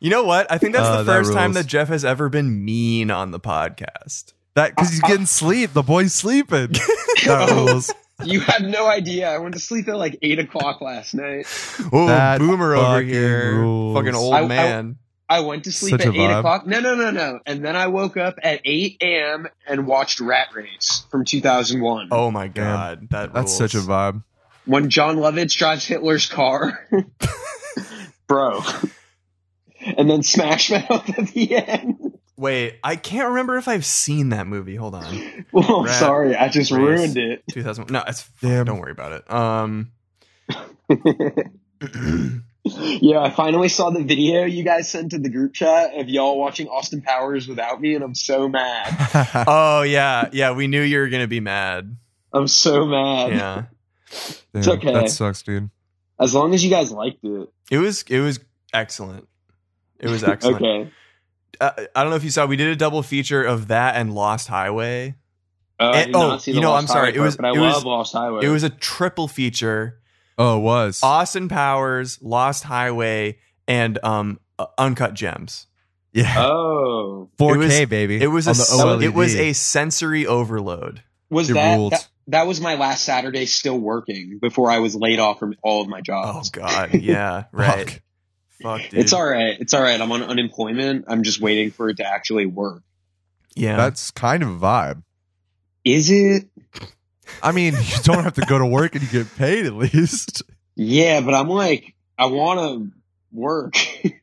[SPEAKER 3] You know what? I think that's
[SPEAKER 1] Uh,
[SPEAKER 3] the
[SPEAKER 1] that
[SPEAKER 3] first time
[SPEAKER 1] rules.
[SPEAKER 3] that Jeff has ever been mean on the podcast.
[SPEAKER 1] that because
[SPEAKER 2] Uh,
[SPEAKER 1] he's getting sleep. The boy's sleeping. that rules.
[SPEAKER 2] Oh, You have no idea. I went to sleep at like eight o'clock last night.
[SPEAKER 3] Oh,
[SPEAKER 1] That
[SPEAKER 3] boomer over
[SPEAKER 1] fucking
[SPEAKER 3] here,
[SPEAKER 1] rules.
[SPEAKER 3] fucking old
[SPEAKER 2] I- I-
[SPEAKER 3] man.
[SPEAKER 2] I went to sleep
[SPEAKER 1] Such
[SPEAKER 2] at
[SPEAKER 1] a
[SPEAKER 2] eight
[SPEAKER 1] vibe.
[SPEAKER 2] o'clock. No, no, no, no. And then I woke up at eight a.m. and watched Rat Race from two thousand one.
[SPEAKER 3] oh my
[SPEAKER 1] Damn.
[SPEAKER 3] god, that
[SPEAKER 1] That's such a
[SPEAKER 3] rules.
[SPEAKER 1] vibe.
[SPEAKER 2] when John Lovitz drives Hitler's car, bro, and then Smash Mouth at the end.
[SPEAKER 3] Wait, I can't remember if I've seen that movie. Hold on.
[SPEAKER 2] Well, I'm
[SPEAKER 3] Rat
[SPEAKER 2] sorry, I just
[SPEAKER 3] race.
[SPEAKER 2] ruined it.
[SPEAKER 3] 2000. No, it's
[SPEAKER 1] Damn.
[SPEAKER 3] Don't worry about it. Um
[SPEAKER 2] yeah, I finally saw the video you guys sent to the group chat of y'all watching Austin Powers without me, and I'm so mad.
[SPEAKER 3] Oh yeah, yeah, we knew you were going to be mad.
[SPEAKER 2] I'm so mad.
[SPEAKER 3] Yeah.
[SPEAKER 1] Damn,
[SPEAKER 2] okay.
[SPEAKER 1] That sucks, dude.
[SPEAKER 2] As long as you guys liked it.
[SPEAKER 3] It was it was excellent. It was excellent.
[SPEAKER 2] Okay.
[SPEAKER 3] Uh, I don't know if you saw we did a double feature of that and Lost Highway.
[SPEAKER 2] Uh, I
[SPEAKER 3] Eh,
[SPEAKER 2] did not
[SPEAKER 3] oh,
[SPEAKER 2] see
[SPEAKER 3] you
[SPEAKER 2] the
[SPEAKER 3] know,
[SPEAKER 2] Lost
[SPEAKER 3] I'm sorry,
[SPEAKER 2] Highway
[SPEAKER 3] it was-
[SPEAKER 2] part, but I
[SPEAKER 3] it was-
[SPEAKER 2] love Lost Highway.
[SPEAKER 3] It was a triple feature.
[SPEAKER 1] Oh, it was.
[SPEAKER 3] Austin Powers, Lost Highway and um uh, Uncut Gems.
[SPEAKER 1] yeah.
[SPEAKER 2] oh,
[SPEAKER 1] 4K,
[SPEAKER 3] it was-
[SPEAKER 1] baby.
[SPEAKER 3] It was a
[SPEAKER 1] on the E
[SPEAKER 3] s- it was
[SPEAKER 1] OLED.
[SPEAKER 3] a sensory overload.
[SPEAKER 2] was
[SPEAKER 1] It
[SPEAKER 2] that,
[SPEAKER 1] ruled.
[SPEAKER 2] that that was my last Saturday still working before I was laid off from all of my
[SPEAKER 3] Oh
[SPEAKER 2] jobs.
[SPEAKER 3] god, yeah, right.
[SPEAKER 1] Fuck.
[SPEAKER 3] Fuck, dude.
[SPEAKER 2] it's all right. It's all right. I'm on unemployment. I'm just waiting for it to actually work.
[SPEAKER 3] Yeah.
[SPEAKER 1] That's kind of a vibe.
[SPEAKER 2] Is it?
[SPEAKER 1] I mean, you don't have to go to work and you get paid at least.
[SPEAKER 2] Yeah, but I'm like, I want to work.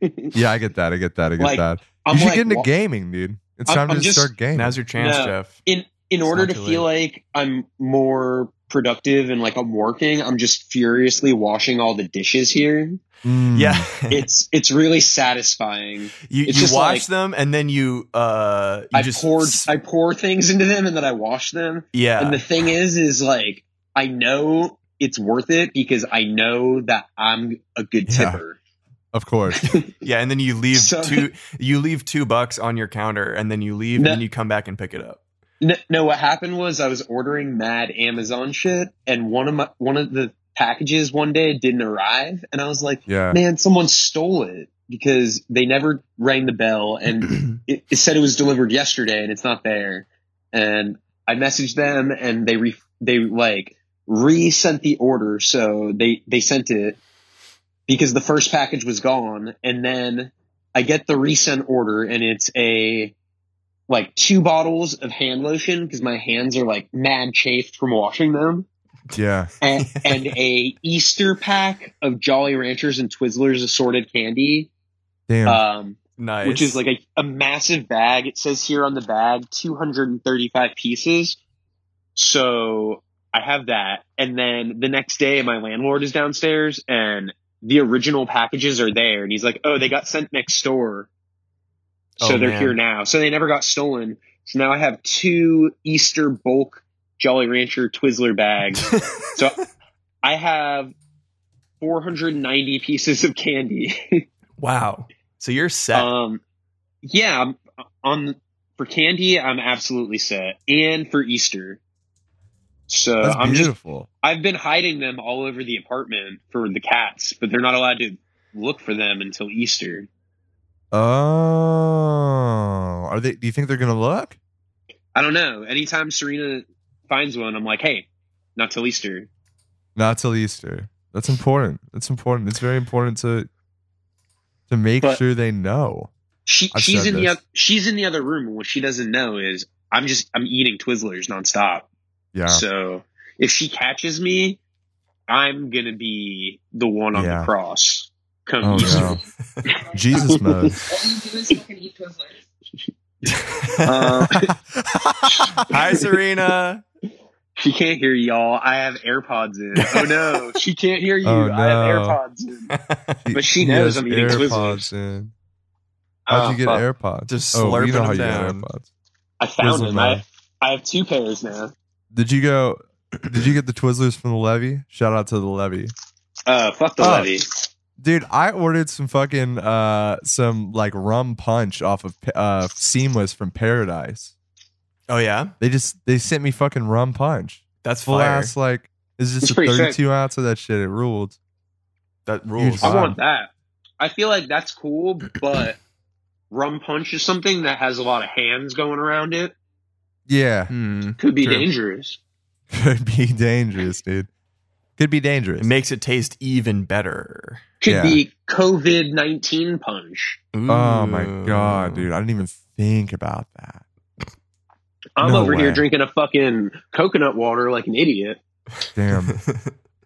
[SPEAKER 1] Yeah, I get that. I get that. I get
[SPEAKER 2] Like,
[SPEAKER 1] that.
[SPEAKER 2] I'm
[SPEAKER 1] you should
[SPEAKER 2] like,
[SPEAKER 1] get into
[SPEAKER 2] wa-
[SPEAKER 1] gaming, dude. It's
[SPEAKER 2] I'm-
[SPEAKER 1] time
[SPEAKER 2] I'm
[SPEAKER 1] to
[SPEAKER 2] just-
[SPEAKER 1] start gaming.
[SPEAKER 3] Now's your chance,
[SPEAKER 2] No.
[SPEAKER 3] Jeff.
[SPEAKER 2] in in
[SPEAKER 3] It's
[SPEAKER 2] order
[SPEAKER 3] not
[SPEAKER 2] to
[SPEAKER 3] too
[SPEAKER 2] feel like I'm more productive and like I'm working, I'm just furiously washing all the dishes here.
[SPEAKER 1] Mm.
[SPEAKER 3] Yeah.
[SPEAKER 2] It's it's really satisfying.
[SPEAKER 3] you
[SPEAKER 2] it's
[SPEAKER 3] you
[SPEAKER 2] just
[SPEAKER 3] watch
[SPEAKER 2] like-
[SPEAKER 3] them and then you uh you
[SPEAKER 2] I
[SPEAKER 3] just
[SPEAKER 2] pour
[SPEAKER 3] s-
[SPEAKER 2] I pour things into them and then I wash them.
[SPEAKER 3] yeah.
[SPEAKER 2] And the thing is, is like I know it's worth it because I know that I'm a good
[SPEAKER 1] Yeah.
[SPEAKER 2] tipper.
[SPEAKER 1] Of course.
[SPEAKER 3] yeah, and then you leave
[SPEAKER 2] So-
[SPEAKER 3] two you leave 2 bucks on your counter and then you leave
[SPEAKER 2] No.
[SPEAKER 3] and then you come back and pick it up.
[SPEAKER 2] No, no, what happened was I was ordering mad Amazon shit, and one of my one of the packages one day didn't arrive, and I was like,
[SPEAKER 1] Yeah.
[SPEAKER 2] man, someone stole it because they never rang the bell, and it, it said it was delivered yesterday, and it's not there. And I messaged them, and they re- they like resent the order, so they they sent it because the first package was gone, and then I get the resend order, and it's a like two bottles of hand lotion because my hands are like mad chafed from washing them,
[SPEAKER 1] Yeah.
[SPEAKER 2] and, and a Easter pack of Jolly Ranchers and Twizzlers assorted candy.
[SPEAKER 1] Damn.
[SPEAKER 2] Um,
[SPEAKER 3] nice.
[SPEAKER 2] which is like a, a massive bag. It says here on the bag 235 pieces. So I have that. And then the next day, my landlord is downstairs and the original packages are there. And he's like, oh, they got sent next door. So
[SPEAKER 3] Oh,
[SPEAKER 2] they're
[SPEAKER 3] man.
[SPEAKER 2] here now. So they never got stolen. So now I have two Easter bulk Jolly Rancher Twizzler bags. so I have 490 pieces of candy.
[SPEAKER 3] wow. So you're set.
[SPEAKER 2] Um, yeah, I'm, on for candy, I'm absolutely set, and for Easter. So
[SPEAKER 1] That's
[SPEAKER 2] I'm just
[SPEAKER 1] beautiful.
[SPEAKER 2] I've been hiding them all over the apartment for the cats, but they're not allowed to look for them until Easter.
[SPEAKER 1] oh. Are they do you think they're gonna look?
[SPEAKER 2] I don't know. Anytime Serena finds one, I'm like, hey, not till Easter.
[SPEAKER 1] Not till Easter. That's important. That's important. It's very important to to make
[SPEAKER 2] But-
[SPEAKER 1] sure they know.
[SPEAKER 2] She
[SPEAKER 1] I've
[SPEAKER 2] she's
[SPEAKER 1] said
[SPEAKER 2] in the
[SPEAKER 1] this.
[SPEAKER 2] oth- she's in the other room, and what she doesn't know is I'm just I'm eating Twizzlers nonstop.
[SPEAKER 1] Yeah.
[SPEAKER 2] So if she catches me, I'm gonna be the one on
[SPEAKER 1] Yeah.
[SPEAKER 2] the cross. Come
[SPEAKER 1] Oh
[SPEAKER 2] Easter.
[SPEAKER 1] no. Jesus mode.
[SPEAKER 5] All you do is fucking eat Twizzlers.
[SPEAKER 2] Uh,
[SPEAKER 3] Hi Serena.
[SPEAKER 2] she can't hear y'all. I have AirPods in. Oh no, she can't hear you.
[SPEAKER 1] Oh,
[SPEAKER 2] I have
[SPEAKER 1] no.
[SPEAKER 2] AirPods in. But she knows
[SPEAKER 1] has
[SPEAKER 2] I'm eating Twizzlers.
[SPEAKER 1] AirPods in. How'd you
[SPEAKER 2] Oh,
[SPEAKER 1] get
[SPEAKER 2] fuck.
[SPEAKER 1] AirPods?
[SPEAKER 3] Ah, Just
[SPEAKER 1] oh, you
[SPEAKER 3] slurping
[SPEAKER 1] know how you
[SPEAKER 3] them
[SPEAKER 1] get
[SPEAKER 3] down.
[SPEAKER 1] AirPods.
[SPEAKER 2] I found
[SPEAKER 1] Twizzler
[SPEAKER 2] them.
[SPEAKER 1] man.
[SPEAKER 2] I, I have two pairs now.
[SPEAKER 1] Did you go? Did you get the Twizzlers from the levy? Shout out to the levy,
[SPEAKER 2] Uh, fuck the
[SPEAKER 1] Oh.
[SPEAKER 2] levy.
[SPEAKER 1] dude. I ordered some fucking uh some like rum punch off of uh Seamless from Paradise.
[SPEAKER 3] oh yeah.
[SPEAKER 1] They just they sent me fucking rum punch.
[SPEAKER 3] That's
[SPEAKER 1] Full
[SPEAKER 3] fire.
[SPEAKER 1] ass like it's just
[SPEAKER 2] It's
[SPEAKER 1] a
[SPEAKER 2] pretty sick.
[SPEAKER 1] thirty-two ounce of that shit. It ruled.
[SPEAKER 3] That rules.
[SPEAKER 2] I
[SPEAKER 1] Wow.
[SPEAKER 2] want that. I feel like that's cool, but rum punch is something that has a lot of hands going around it.
[SPEAKER 1] Yeah,
[SPEAKER 3] Hmm.
[SPEAKER 2] Could be
[SPEAKER 3] True.
[SPEAKER 2] dangerous.
[SPEAKER 1] could be dangerous, dude. Could be
[SPEAKER 3] It
[SPEAKER 1] dangerous.
[SPEAKER 3] makes it taste even better.
[SPEAKER 2] Could
[SPEAKER 1] Yeah.
[SPEAKER 2] be COVID nineteen punch.
[SPEAKER 1] Oh
[SPEAKER 3] Ooh.
[SPEAKER 1] my god, dude! I didn't even think about that.
[SPEAKER 2] I'm
[SPEAKER 1] No
[SPEAKER 2] over
[SPEAKER 1] way.
[SPEAKER 2] here drinking a fucking coconut water like an idiot.
[SPEAKER 1] Damn.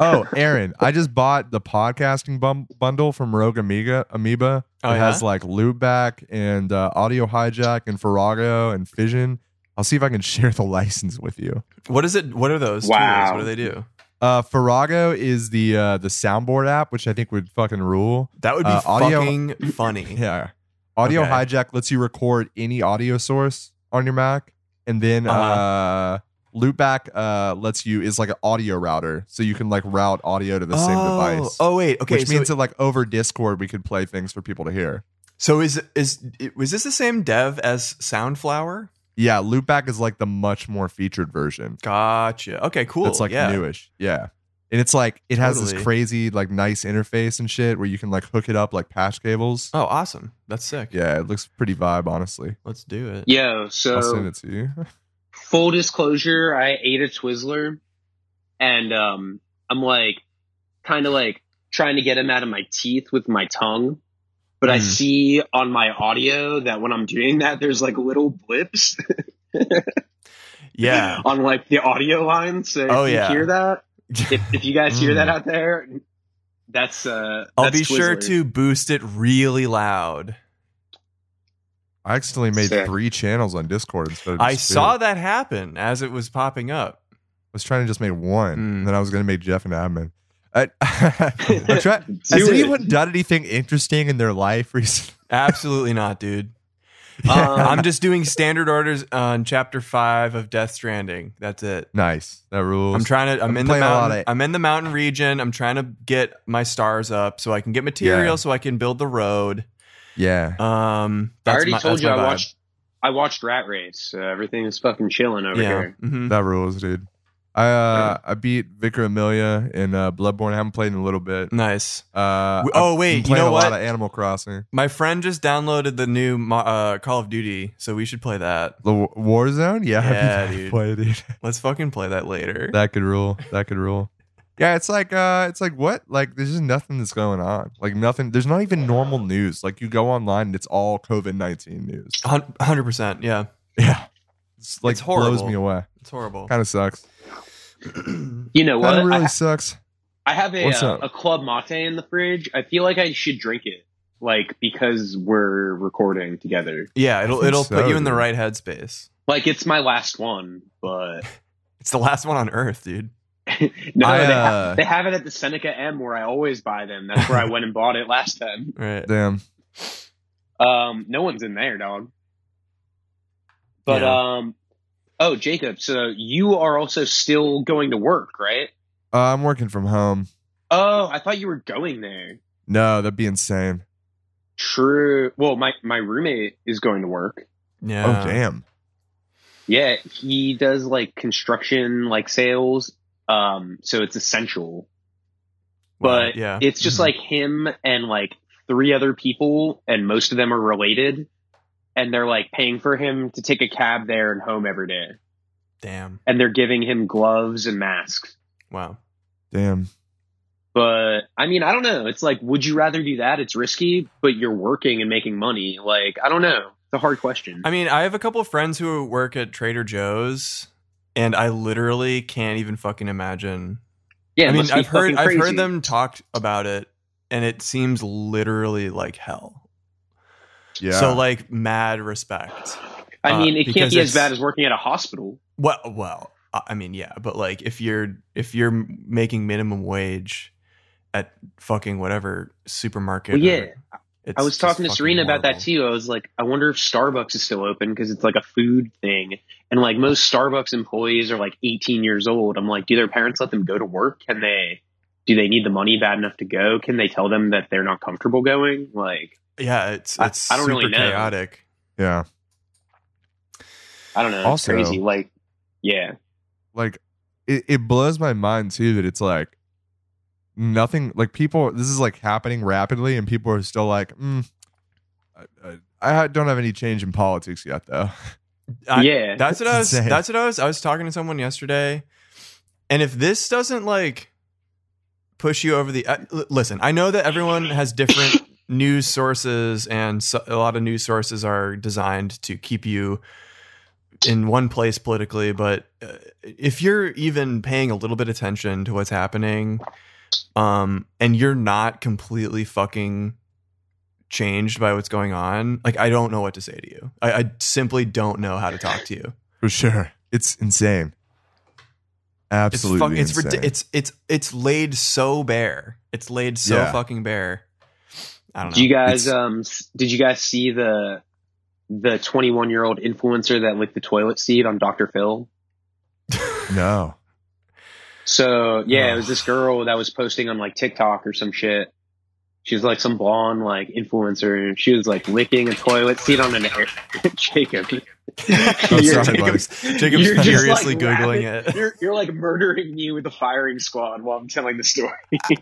[SPEAKER 1] Oh, Aaron, I just bought the podcasting bum- bundle from Rogue Amiga. Amoeba.
[SPEAKER 3] Oh,
[SPEAKER 1] it
[SPEAKER 3] yeah?
[SPEAKER 1] has like Loopback and uh, Audio Hijack and Farrago and Fission. I'll see if I can share the license with you.
[SPEAKER 3] What is it? What are those
[SPEAKER 2] Wow.
[SPEAKER 3] tools? What do they do?
[SPEAKER 1] Uh, Farrago is the uh, the soundboard app, which I think would fucking rule.
[SPEAKER 3] That would be
[SPEAKER 1] Uh, audio-
[SPEAKER 3] fucking funny.
[SPEAKER 1] Yeah. Audio
[SPEAKER 3] Mm-hmm. Okay.
[SPEAKER 1] Hijack lets you record any audio source on your Mac, and then
[SPEAKER 3] Uh-huh.
[SPEAKER 1] uh Loopback uh, lets you is like an audio router, so you can like route audio to the
[SPEAKER 3] oh,
[SPEAKER 1] same device.
[SPEAKER 3] Oh wait, okay.
[SPEAKER 1] which
[SPEAKER 3] so,
[SPEAKER 1] means that like over Discord we could play things for people to hear.
[SPEAKER 3] so is is was this the same dev as Soundflower?
[SPEAKER 1] Yeah, Loopback is like the much more featured version.
[SPEAKER 3] Gotcha. Okay, cool.
[SPEAKER 1] That's like
[SPEAKER 3] yeah.
[SPEAKER 1] newish. Yeah. And it's like it has this
[SPEAKER 3] Totally.
[SPEAKER 1] crazy, like nice interface and shit where you can like hook it up like patch cables.
[SPEAKER 3] Oh, awesome. That's sick.
[SPEAKER 1] Yeah, it looks pretty vibe, honestly.
[SPEAKER 3] Let's do it.
[SPEAKER 2] Yo,
[SPEAKER 1] I'll send
[SPEAKER 2] so
[SPEAKER 1] it to you.
[SPEAKER 2] full disclosure, I ate a Twizzler, and um, I'm like, kind of like trying to get them out of my teeth with my tongue. But I
[SPEAKER 3] Mm.
[SPEAKER 2] see on my audio that when I'm doing that, there's like little blips
[SPEAKER 3] Yeah.
[SPEAKER 2] on like the audio line. So if
[SPEAKER 3] Oh,
[SPEAKER 2] you
[SPEAKER 3] yeah.
[SPEAKER 2] hear that, if, if you guys hear
[SPEAKER 3] Mm.
[SPEAKER 2] that out there, that's uh,
[SPEAKER 3] I'll
[SPEAKER 2] that's
[SPEAKER 3] be sure
[SPEAKER 2] Twizzler.
[SPEAKER 3] to boost it really loud.
[SPEAKER 1] I accidentally made
[SPEAKER 2] Sick.
[SPEAKER 1] three channels on Discord instead of just
[SPEAKER 3] I
[SPEAKER 1] two.
[SPEAKER 3] saw that happen as it was popping up.
[SPEAKER 1] I was trying to just make one,
[SPEAKER 3] Mm.
[SPEAKER 1] and then I was going to make Jeff an admin. I, I'm try-
[SPEAKER 2] Do
[SPEAKER 1] has
[SPEAKER 2] it.
[SPEAKER 1] anyone done anything interesting in their life recently?
[SPEAKER 3] Absolutely not, dude.
[SPEAKER 2] Yeah.
[SPEAKER 3] Um, I'm just doing standard orders on chapter five of Death Stranding. That's it.
[SPEAKER 1] nice. That rules.
[SPEAKER 3] I'm trying to. I'm,
[SPEAKER 1] I'm
[SPEAKER 3] in the
[SPEAKER 1] playing a lot
[SPEAKER 3] mountain.
[SPEAKER 1] of-
[SPEAKER 3] I'm in the mountain region. I'm trying to get my stars up so I can get material
[SPEAKER 1] Yeah.
[SPEAKER 3] so I can build the road.
[SPEAKER 1] yeah.
[SPEAKER 3] Um,
[SPEAKER 2] I
[SPEAKER 3] that's
[SPEAKER 2] already
[SPEAKER 3] my-
[SPEAKER 2] told
[SPEAKER 3] that's
[SPEAKER 2] you
[SPEAKER 3] my
[SPEAKER 2] I
[SPEAKER 3] vibe.
[SPEAKER 2] watched. I watched Rat Race. So everything is fucking chilling over
[SPEAKER 3] Yeah.
[SPEAKER 2] here.
[SPEAKER 3] Mhm.
[SPEAKER 1] That rules, dude. I uh, I beat Vicar Amelia in uh, Bloodborne. I haven't played in a little bit.
[SPEAKER 3] Nice.
[SPEAKER 1] Uh,
[SPEAKER 3] Mm.
[SPEAKER 1] I've
[SPEAKER 3] We- oh, wait,
[SPEAKER 1] been
[SPEAKER 3] you
[SPEAKER 1] playing
[SPEAKER 3] know
[SPEAKER 1] a lot
[SPEAKER 3] what?
[SPEAKER 1] of Animal Crossing,
[SPEAKER 3] My friend just downloaded the new Mo- uh, Call of Duty, so we should play that.
[SPEAKER 1] the Wa- Warzone. Yeah, I beat
[SPEAKER 3] Yeah,
[SPEAKER 1] that
[SPEAKER 3] dude.
[SPEAKER 1] play, dude.
[SPEAKER 3] Let's fucking play that later.
[SPEAKER 1] that could rule. That could rule. Yeah, it's like uh, it's like what? Like there's just nothing that's going on. Like nothing. There's not even normal news. Like you go online and it's all COVID nineteen news.
[SPEAKER 3] Hun- 100%. Yeah.
[SPEAKER 1] Yeah, it's like
[SPEAKER 3] It's horrible.
[SPEAKER 1] blows me away.
[SPEAKER 3] It's horrible.
[SPEAKER 1] Kind of sucks.
[SPEAKER 2] You know what?
[SPEAKER 1] Kind of
[SPEAKER 2] I-
[SPEAKER 1] really sucks.
[SPEAKER 2] I have a
[SPEAKER 1] What's
[SPEAKER 2] uh,
[SPEAKER 1] up?
[SPEAKER 2] a club mate in the fridge. I feel like I should drink it, like because we're recording together.
[SPEAKER 3] yeah, it'll
[SPEAKER 1] think
[SPEAKER 3] it'll
[SPEAKER 1] so,
[SPEAKER 3] put you in the
[SPEAKER 1] dude.
[SPEAKER 3] right headspace.
[SPEAKER 2] Like it's my last one, but
[SPEAKER 3] It's the last one on Earth, dude.
[SPEAKER 2] no,
[SPEAKER 1] I,
[SPEAKER 2] they,
[SPEAKER 1] uh,
[SPEAKER 2] ha- they have it at the Seneca M where I always buy them. That's where I went and bought it last time.
[SPEAKER 3] Right.
[SPEAKER 1] Damn.
[SPEAKER 2] Um, no one's in there, dog. But um, oh Jacob, so you are also still going to work, right?
[SPEAKER 1] Uh, I'm working from home.
[SPEAKER 2] Oh, I thought you were going there.
[SPEAKER 1] No, that'd be insane.
[SPEAKER 2] True. Well, my my roommate is going to work.
[SPEAKER 3] Yeah.
[SPEAKER 1] Oh damn.
[SPEAKER 2] Yeah, he does like construction, like sales. Um, so it's essential,
[SPEAKER 3] Wow,
[SPEAKER 2] but
[SPEAKER 3] yeah. Mm-hmm.
[SPEAKER 2] it's just like him and like three other people, and most of them are related, and they're like paying for him to take a cab there and home every day,
[SPEAKER 3] Damn.
[SPEAKER 2] and they're giving him gloves and masks.
[SPEAKER 3] Wow.
[SPEAKER 1] Damn.
[SPEAKER 2] But I mean, I don't know. It's like, would you rather do that? It's risky, but you're working and making money. Like, I don't know. It's a hard question.
[SPEAKER 3] I mean, I have a couple of friends who work at Trader Joe's, and I literally can't even fucking imagine.
[SPEAKER 2] yeah, it
[SPEAKER 3] I mean,
[SPEAKER 2] must be
[SPEAKER 3] I've heard
[SPEAKER 2] fucking
[SPEAKER 3] I've
[SPEAKER 2] crazy.
[SPEAKER 3] heard them talk about it, and it seems literally like hell.
[SPEAKER 1] Yeah.
[SPEAKER 3] So like mad respect.
[SPEAKER 2] I mean,
[SPEAKER 3] uh,
[SPEAKER 2] it can't
[SPEAKER 3] because
[SPEAKER 2] be
[SPEAKER 3] it's-
[SPEAKER 2] as bad as working at a hospital.
[SPEAKER 3] Well, well, I I mean, yeah, but like if you're if you're making minimum wage at fucking whatever supermarket,
[SPEAKER 2] Well,
[SPEAKER 3] or-
[SPEAKER 2] yeah.
[SPEAKER 3] it's
[SPEAKER 2] I was
[SPEAKER 3] just
[SPEAKER 2] talking to
[SPEAKER 3] fucking
[SPEAKER 2] Serena about that
[SPEAKER 3] horrible.
[SPEAKER 2] too. I was like, I wonder if Starbucks is still open because it's like a food thing. And like most Starbucks employees are like 18 years old. I'm like, do their parents let them go to work? Can they, do they need the money bad enough to go? Can they tell them that they're not comfortable going? Like,
[SPEAKER 3] Yeah, it's
[SPEAKER 2] I-
[SPEAKER 3] it's
[SPEAKER 2] I don't
[SPEAKER 3] super
[SPEAKER 2] really know.
[SPEAKER 3] chaotic.
[SPEAKER 1] yeah.
[SPEAKER 2] I don't know. It's
[SPEAKER 1] Also-
[SPEAKER 2] crazy. Like, yeah.
[SPEAKER 1] like it, it blows my mind too that it's like nothing like people this is like happening rapidly and people are still like mm, I, I, I don't have any change in politics yet though
[SPEAKER 3] I-
[SPEAKER 2] yeah.
[SPEAKER 3] That's what I was.
[SPEAKER 1] Insane.
[SPEAKER 3] That's what I was. I was talking to someone yesterday, and if this doesn't like push you over the uh, l- listen, I know that everyone has different news sources, and so, a lot of news sources are designed to keep you in one place politically, but uh, if you're even paying a little bit attention to what's happening, um, and you're not completely fucking changed by what's going on, like I don't know what to say to you. I, I simply don't know how to talk to you.
[SPEAKER 1] for sure. It's insane. Absolutely,
[SPEAKER 3] it's fuck- it's,
[SPEAKER 1] insane.
[SPEAKER 3] ridi- it's it's it's laid so bare. It's laid so
[SPEAKER 1] Yeah.
[SPEAKER 3] fucking bare. I don't know.
[SPEAKER 2] Do you guys
[SPEAKER 1] It's-
[SPEAKER 2] um s- did you guys see the the 21 year old influencer that licked the toilet seat on Dr. Phil?
[SPEAKER 1] no.
[SPEAKER 2] So yeah,
[SPEAKER 3] Oh.
[SPEAKER 2] it was this girl that was posting on like TikTok or some shit. She was like some blonde like influencer, and she was like licking a toilet seat on an air. Jacob,
[SPEAKER 1] I'm
[SPEAKER 2] You're-
[SPEAKER 1] sorry, buddy.
[SPEAKER 3] Jacob's, Jacob's
[SPEAKER 2] You're just,
[SPEAKER 3] furiously
[SPEAKER 2] like,
[SPEAKER 3] googling
[SPEAKER 2] laughing.
[SPEAKER 3] it.
[SPEAKER 2] you're you're like murdering me with a firing squad while I'm telling the story.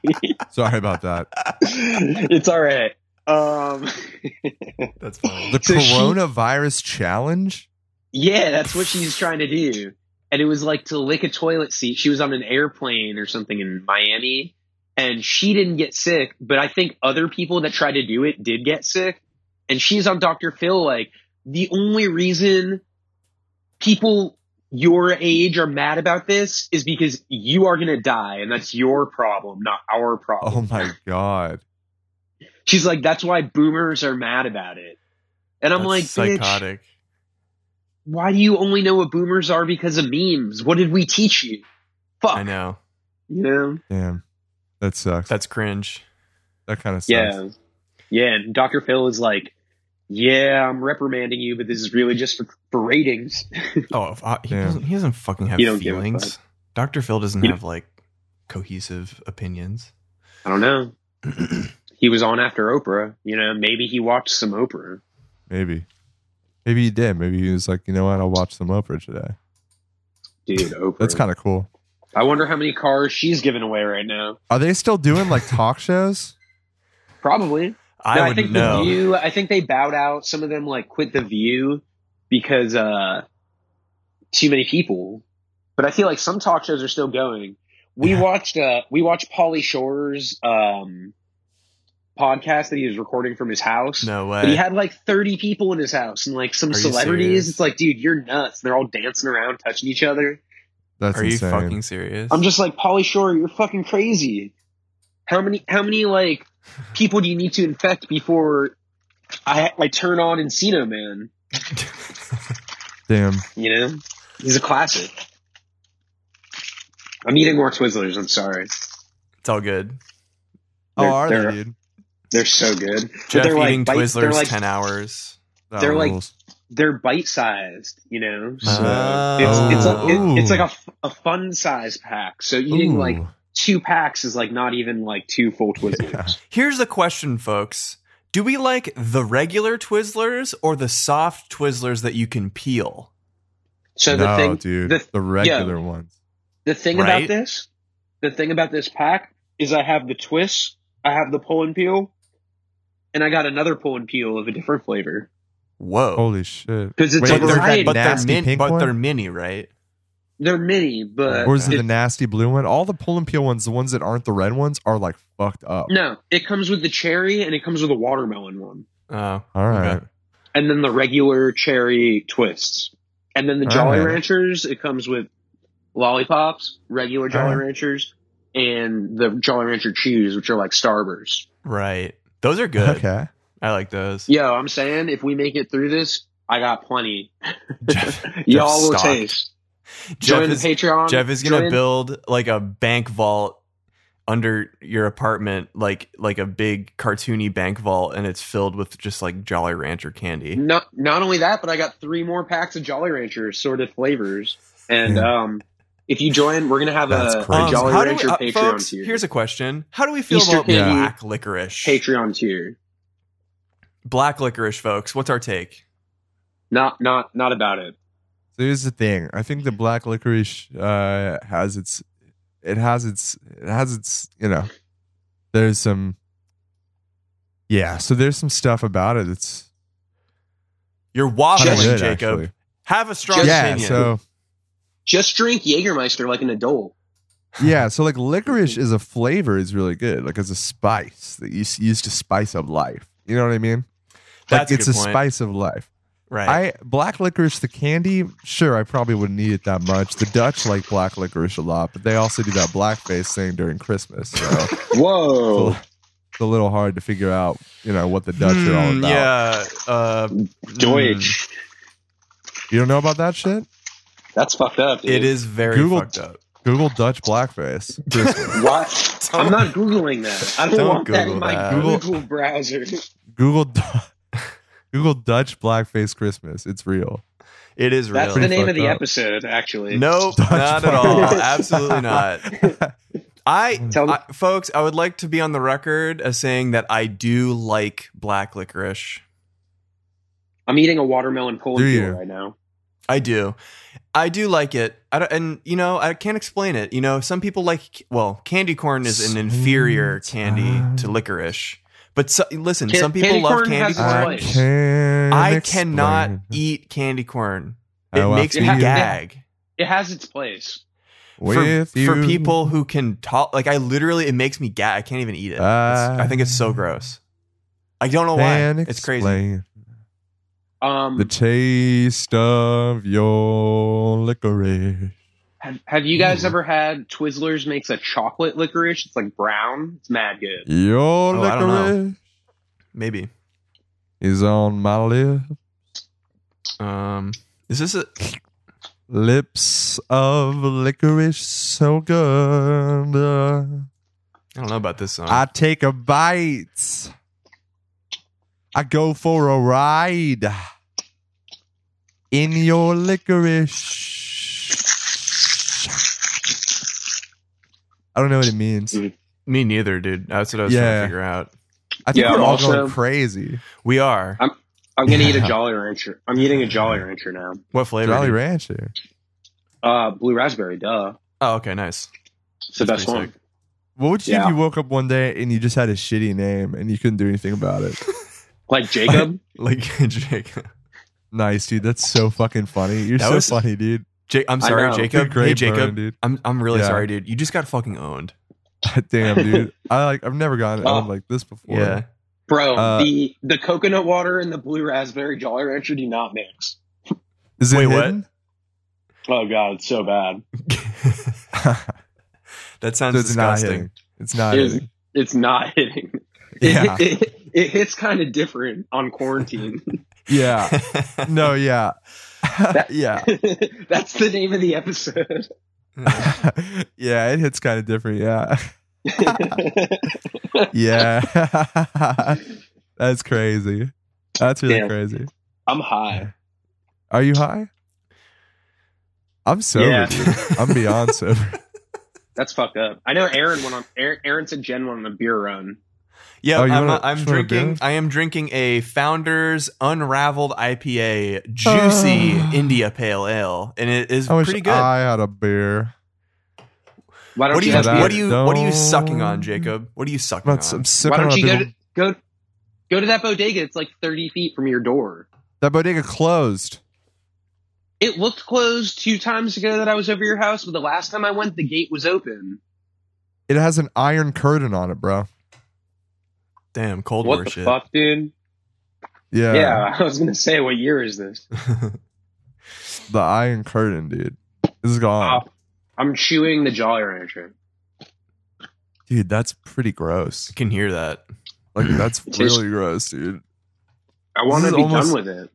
[SPEAKER 1] Sorry about that.
[SPEAKER 2] it's all right. Um,
[SPEAKER 3] That's funny.
[SPEAKER 1] The
[SPEAKER 2] So she-
[SPEAKER 1] coronavirus challenge.
[SPEAKER 2] yeah, that's what she's trying to do. And it was like to lick a toilet seat. She was on an airplane or something in Miami, and she didn't get sick. But I think other people that tried to do it did get sick. And she's on Dr. Phil. Like the only reason people your age are mad about this is because you are gonna die, and that's your problem, not our problem.
[SPEAKER 1] Oh my god.
[SPEAKER 2] She's like, that's why boomers are mad about it. And I'm
[SPEAKER 3] That's
[SPEAKER 2] like, psychotic.
[SPEAKER 3] psychotic.
[SPEAKER 2] why do you only know what boomers are because of memes? What did we teach you? Fuck.
[SPEAKER 3] I know.
[SPEAKER 2] You know?
[SPEAKER 1] Damn. That sucks.
[SPEAKER 3] That's cringe.
[SPEAKER 1] that kind of sucks.
[SPEAKER 2] Yeah. Yeah. And Dr. Phil is like, yeah, I'm reprimanding you, but this is really just for, for ratings.
[SPEAKER 3] Oh, if I, he,
[SPEAKER 1] Yeah.
[SPEAKER 3] doesn't, he doesn't fucking have
[SPEAKER 2] You don't give a
[SPEAKER 3] feelings. Dr. Phil doesn't
[SPEAKER 2] You-
[SPEAKER 3] have like cohesive opinions.
[SPEAKER 2] I don't know. he was on after Oprah. You know, maybe he watched some Oprah.
[SPEAKER 1] Maybe. Maybe he did. Maybe he was like, you know what? I'll watch some Oprah today.
[SPEAKER 2] Dude, Oprah.
[SPEAKER 1] That's kind of cool.
[SPEAKER 2] I wonder how many cars she's giving away right now.
[SPEAKER 1] Are they still doing like talk shows?
[SPEAKER 2] Probably.
[SPEAKER 3] I
[SPEAKER 2] No,
[SPEAKER 3] wouldn't
[SPEAKER 2] think
[SPEAKER 3] know.
[SPEAKER 2] The View. I think they bowed out. Some of them like quit the View because uh, too many people. But I feel like some talk shows are still going. We
[SPEAKER 3] Yeah.
[SPEAKER 2] watched uh, we watched Pauly Shore's um, podcast that he was recording from his house.
[SPEAKER 3] no
[SPEAKER 2] But he
[SPEAKER 3] way.
[SPEAKER 2] had like 30 people in his house and like some
[SPEAKER 3] Are you serious?
[SPEAKER 2] celebrities. It's like, dude, you're nuts. They're all dancing around, touching each other.
[SPEAKER 1] That's
[SPEAKER 3] Are you
[SPEAKER 1] insane.
[SPEAKER 3] fucking serious?
[SPEAKER 2] I'm just like, Polly Shore, you're fucking crazy. How many how many like people do you need to infect before I I turn on Encino Man?
[SPEAKER 1] Damn.
[SPEAKER 2] You know? He's a classic. I'm eating more Twizzlers, I'm sorry.
[SPEAKER 3] it's all good.
[SPEAKER 1] Oh,
[SPEAKER 2] They're-
[SPEAKER 1] are they,
[SPEAKER 2] they're-
[SPEAKER 1] dude?
[SPEAKER 2] They're so good. But
[SPEAKER 3] Jeff
[SPEAKER 2] they're like
[SPEAKER 3] eating
[SPEAKER 2] bite-
[SPEAKER 3] Twizzlers
[SPEAKER 2] they're like
[SPEAKER 3] 10 hours.
[SPEAKER 1] That
[SPEAKER 2] they're like-
[SPEAKER 1] rules.
[SPEAKER 2] they're bite sized, you know? So
[SPEAKER 3] Oh.
[SPEAKER 2] it's it's a, it- it's
[SPEAKER 1] Ooh.
[SPEAKER 2] like a, f- a fun size pack. So eating
[SPEAKER 1] Ooh.
[SPEAKER 2] like two packs is like not even like two full Twizzlers.
[SPEAKER 1] Yeah.
[SPEAKER 3] Here's the question, folks. Do we like the regular Twizzlers or the soft Twizzlers that you can peel?
[SPEAKER 2] So
[SPEAKER 1] no,
[SPEAKER 2] the thing
[SPEAKER 1] dude.
[SPEAKER 2] the
[SPEAKER 1] The, regular ones.
[SPEAKER 2] The thing
[SPEAKER 3] Right?
[SPEAKER 2] about this, the thing about this pack is I have the twist, I have the pull and peel, and I got another pull and peel of a different flavor
[SPEAKER 3] Whoa.
[SPEAKER 1] Holy shit.
[SPEAKER 2] because it's
[SPEAKER 1] Wait,
[SPEAKER 2] a
[SPEAKER 1] they're-
[SPEAKER 2] variety.
[SPEAKER 3] but they're
[SPEAKER 1] nasty
[SPEAKER 3] mini,
[SPEAKER 1] pink
[SPEAKER 3] but
[SPEAKER 1] one?
[SPEAKER 3] they're mini, right?
[SPEAKER 2] they're mini, but
[SPEAKER 1] Or is it the
[SPEAKER 2] it-
[SPEAKER 1] nasty blue one? All the pull and peel ones, the ones that aren't the red ones, are like fucked up.
[SPEAKER 2] no? It comes with the cherry and it comes with a watermelon one,
[SPEAKER 3] Oh,
[SPEAKER 1] All right.
[SPEAKER 3] Okay.
[SPEAKER 2] and then the regular cherry twists, and then the
[SPEAKER 1] All
[SPEAKER 2] Jolly
[SPEAKER 1] right.
[SPEAKER 2] Ranchers. It comes with lollipops, regular Jolly
[SPEAKER 1] All right.
[SPEAKER 2] Ranchers, and the Jolly Rancher chews, which are like Starburst.
[SPEAKER 3] right. Those are good.
[SPEAKER 1] Okay.
[SPEAKER 3] I like those.
[SPEAKER 2] Yo, I'm saying if we make it through this, I got plenty.
[SPEAKER 3] Jeff,
[SPEAKER 2] Y'all will
[SPEAKER 3] stocked.
[SPEAKER 2] taste.
[SPEAKER 3] Jeff
[SPEAKER 2] Join
[SPEAKER 3] is-
[SPEAKER 2] the Patreon.
[SPEAKER 3] Jeff is gonna
[SPEAKER 2] Join-
[SPEAKER 3] build like a bank vault under your apartment, like like a big cartoony bank vault, and it's filled with just like Jolly Rancher candy.
[SPEAKER 2] Not not only that, but I got three more packs of Jolly Rancher assorted flavors. And um, if you join, we're gonna have
[SPEAKER 1] That's
[SPEAKER 2] a, a
[SPEAKER 1] crazy.
[SPEAKER 2] Jolly
[SPEAKER 3] how do we,
[SPEAKER 2] Rancher
[SPEAKER 3] uh,
[SPEAKER 2] Patreon
[SPEAKER 3] folks,
[SPEAKER 2] tier.
[SPEAKER 3] here's a question: How do we feel
[SPEAKER 2] Easter
[SPEAKER 3] about
[SPEAKER 2] candy.
[SPEAKER 3] black licorice?
[SPEAKER 2] Patreon tier.
[SPEAKER 3] Black licorice, folks. What's our take?
[SPEAKER 2] Not not not about it.
[SPEAKER 1] So here's the thing. I think the black licorice uh, has its, it has its, it has its. You know, there's some. Yeah, so there's some stuff about it. It's
[SPEAKER 3] You're
[SPEAKER 1] kinda
[SPEAKER 3] waffling,
[SPEAKER 1] good,
[SPEAKER 3] Jacob.
[SPEAKER 1] actually.
[SPEAKER 3] Have a strong
[SPEAKER 2] Just-
[SPEAKER 1] Yeah,
[SPEAKER 3] opinion.
[SPEAKER 1] so
[SPEAKER 2] Just drink Jägermeister like an adult.
[SPEAKER 1] yeah, so like licorice is a flavor is really good, like as a spice that you s- use to spice up life. You know what I mean?
[SPEAKER 3] That's
[SPEAKER 1] like it's
[SPEAKER 3] a
[SPEAKER 1] a
[SPEAKER 3] good point.
[SPEAKER 1] spice of life.
[SPEAKER 3] right?
[SPEAKER 1] I black licorice the candy. Sure, I probably wouldn't eat it that much. The Dutch like black licorice a lot, but they also do that blackface thing during Christmas. So it's
[SPEAKER 3] Oh.
[SPEAKER 2] Whoa.
[SPEAKER 1] a little hard to figure out, you know, what the Dutch are all
[SPEAKER 3] Hmm,
[SPEAKER 1] about.
[SPEAKER 3] Yeah. Uh, mm,
[SPEAKER 2] Deutsch.
[SPEAKER 1] You don't know about that shit?
[SPEAKER 2] That's fucked up. Dude.
[SPEAKER 3] hmm. it is very
[SPEAKER 1] Google-
[SPEAKER 3] fucked up.
[SPEAKER 1] Google Dutch blackface.
[SPEAKER 2] What? I'm not googling that. I don't,
[SPEAKER 3] Don't
[SPEAKER 2] want that in
[SPEAKER 3] Google
[SPEAKER 2] my
[SPEAKER 3] that.
[SPEAKER 1] Google-
[SPEAKER 2] Google browser.
[SPEAKER 1] Google Du- Google Dutch blackface Christmas. It's real.
[SPEAKER 3] It is
[SPEAKER 2] That's
[SPEAKER 3] really
[SPEAKER 2] the name of
[SPEAKER 1] fucked
[SPEAKER 2] the
[SPEAKER 1] up.
[SPEAKER 2] episode, actually.
[SPEAKER 3] Nope,
[SPEAKER 1] Dodge
[SPEAKER 3] not at
[SPEAKER 1] Ball.
[SPEAKER 3] all. Absolutely not. I,
[SPEAKER 2] Tell-
[SPEAKER 3] I- folks, I would like to be on the record as saying that I do like black licorice.
[SPEAKER 2] I'm eating a watermelon cold
[SPEAKER 1] Do
[SPEAKER 2] deal
[SPEAKER 1] you?
[SPEAKER 2] right now.
[SPEAKER 3] I do. I do like it. I don't, and you know, I can't explain it. You know, some people like well, candy corn is an inferior candy to licorice. But so, listen,
[SPEAKER 2] Can-
[SPEAKER 3] some people
[SPEAKER 2] candy
[SPEAKER 3] love
[SPEAKER 2] corn
[SPEAKER 3] candy
[SPEAKER 2] has
[SPEAKER 3] corn.
[SPEAKER 1] I,
[SPEAKER 2] place.
[SPEAKER 1] can
[SPEAKER 3] I cannot
[SPEAKER 1] explain.
[SPEAKER 3] eat candy corn. It
[SPEAKER 1] How
[SPEAKER 3] makes
[SPEAKER 1] I
[SPEAKER 3] me
[SPEAKER 1] feel
[SPEAKER 2] Yeah.
[SPEAKER 3] gag.
[SPEAKER 2] It has its place.
[SPEAKER 3] for,
[SPEAKER 1] with you.
[SPEAKER 3] for people who can talk like i literally it makes me gag i can't even eat it It's- i think it's so gross i don't know why
[SPEAKER 1] Can
[SPEAKER 3] it's crazy
[SPEAKER 1] explain
[SPEAKER 2] Um,
[SPEAKER 1] The taste of your licorice.
[SPEAKER 2] have, have you guys
[SPEAKER 1] Ooh.
[SPEAKER 2] ever had Twizzlers makes a chocolate licorice? It's like brown. It's mad good.
[SPEAKER 1] Your
[SPEAKER 3] Oh, I don't know.
[SPEAKER 1] licorice
[SPEAKER 3] maybe
[SPEAKER 1] is on my lip.
[SPEAKER 3] um is this a
[SPEAKER 1] Lips of licorice so good. Uh,
[SPEAKER 3] i don't know about this song
[SPEAKER 1] I take a bite. I go for a ride in your licorice. I don't know what it means.
[SPEAKER 3] me neither dude that's what i was trying
[SPEAKER 1] Yeah.
[SPEAKER 3] to figure out
[SPEAKER 1] I think
[SPEAKER 2] Yeah,
[SPEAKER 1] we're all
[SPEAKER 2] also-
[SPEAKER 1] going crazy.
[SPEAKER 3] we are
[SPEAKER 2] I'm- I'm gonna eat a
[SPEAKER 1] Yeah.
[SPEAKER 2] Jolly Rancher. I'm eating a Jolly Rancher now.
[SPEAKER 3] what flavor
[SPEAKER 1] Jolly
[SPEAKER 3] dude?
[SPEAKER 1] Rancher.
[SPEAKER 2] Uh, blue raspberry, duh.
[SPEAKER 3] oh okay nice
[SPEAKER 2] It's the
[SPEAKER 3] That's
[SPEAKER 2] best
[SPEAKER 3] pretty
[SPEAKER 2] one.
[SPEAKER 3] sick.
[SPEAKER 1] What would you do
[SPEAKER 2] Yeah.
[SPEAKER 1] if you woke up one day and you just had a shitty name and you couldn't do anything about it?
[SPEAKER 2] Like Jacob.
[SPEAKER 3] like jake
[SPEAKER 1] nice, dude. That's so fucking funny. You're
[SPEAKER 3] That
[SPEAKER 1] so
[SPEAKER 3] was-
[SPEAKER 1] funny, dude.
[SPEAKER 3] jake i'm
[SPEAKER 2] I
[SPEAKER 3] sorry
[SPEAKER 2] know.
[SPEAKER 1] Good
[SPEAKER 3] jacob
[SPEAKER 1] great
[SPEAKER 3] hey jacob
[SPEAKER 1] burn, dude.
[SPEAKER 3] i'm i'm really
[SPEAKER 1] Yeah.
[SPEAKER 3] sorry dude you just got fucking owned
[SPEAKER 1] Damn, dude. I like. I've never gotten
[SPEAKER 2] Oh.
[SPEAKER 1] owned like this before.
[SPEAKER 3] yeah
[SPEAKER 2] Bro,
[SPEAKER 1] Uh,
[SPEAKER 2] the the coconut water and the blue raspberry Jolly Rancher do not mix.
[SPEAKER 1] Is it
[SPEAKER 3] Wait, what?
[SPEAKER 1] hidden?
[SPEAKER 2] Oh god, it's so bad.
[SPEAKER 3] that
[SPEAKER 1] So
[SPEAKER 3] sounds
[SPEAKER 1] it's not
[SPEAKER 3] disgusting
[SPEAKER 1] hidden. It's not
[SPEAKER 2] It is-
[SPEAKER 1] hidden.
[SPEAKER 2] It's not hitting. It,
[SPEAKER 1] Yeah.
[SPEAKER 2] it, it, it hits kind of different on quarantine.
[SPEAKER 1] Yeah. No. Yeah. yeah.
[SPEAKER 2] That's the name of the episode.
[SPEAKER 1] yeah. It hits kind of different. Yeah. yeah. That's crazy. That's really
[SPEAKER 2] Damn.
[SPEAKER 1] crazy.
[SPEAKER 2] I'm high.
[SPEAKER 1] Are you high? I'm sober.
[SPEAKER 2] Yeah.
[SPEAKER 1] dude. I'm beyond sober.
[SPEAKER 2] That's fucked up. I know Aaron went on. Aaron, Aaron said Jen went on a beer run.
[SPEAKER 3] Yeah,
[SPEAKER 1] Oh, you
[SPEAKER 3] I'm,
[SPEAKER 1] wanna-
[SPEAKER 3] I'm
[SPEAKER 1] you wanna
[SPEAKER 3] drinking.
[SPEAKER 1] do
[SPEAKER 3] I am drinking a Founder's Unraveled IPA, juicy
[SPEAKER 1] Ah.
[SPEAKER 3] India Pale Ale, and it is
[SPEAKER 1] I wish
[SPEAKER 3] pretty good.
[SPEAKER 1] I had a beer.
[SPEAKER 2] Why don't
[SPEAKER 3] what do
[SPEAKER 2] you?
[SPEAKER 3] you?
[SPEAKER 1] have
[SPEAKER 2] guys
[SPEAKER 1] that.
[SPEAKER 3] What do you? What are you
[SPEAKER 1] Don't-
[SPEAKER 3] sucking on, Jacob? What are you sucking
[SPEAKER 1] I'm,
[SPEAKER 3] on?
[SPEAKER 1] not, I'm
[SPEAKER 2] Why
[SPEAKER 1] sipping
[SPEAKER 2] don't
[SPEAKER 1] on a
[SPEAKER 2] you go
[SPEAKER 1] big
[SPEAKER 2] to go go to that bodega? It's like 30 feet from your door.
[SPEAKER 1] That bodega closed.
[SPEAKER 2] It looked closed two times ago that I was over your house, but the last time I went, the gate was open.
[SPEAKER 1] It has an iron curtain on it, bro.
[SPEAKER 3] Damn, Cold
[SPEAKER 2] what
[SPEAKER 3] War
[SPEAKER 2] the
[SPEAKER 3] shit.
[SPEAKER 2] fuck, dude?
[SPEAKER 1] Yeah,
[SPEAKER 2] yeah, I was gonna say, what year is this?
[SPEAKER 1] The iron curtain, dude. It's gone.
[SPEAKER 2] Oh, I'm chewing the Jolly Rancher.
[SPEAKER 1] Dude, that's pretty gross.
[SPEAKER 3] I can hear that.
[SPEAKER 1] Like that's
[SPEAKER 2] It tastes-
[SPEAKER 1] really gross, dude.
[SPEAKER 2] I want
[SPEAKER 1] is
[SPEAKER 2] to be
[SPEAKER 1] almost-
[SPEAKER 2] done with it.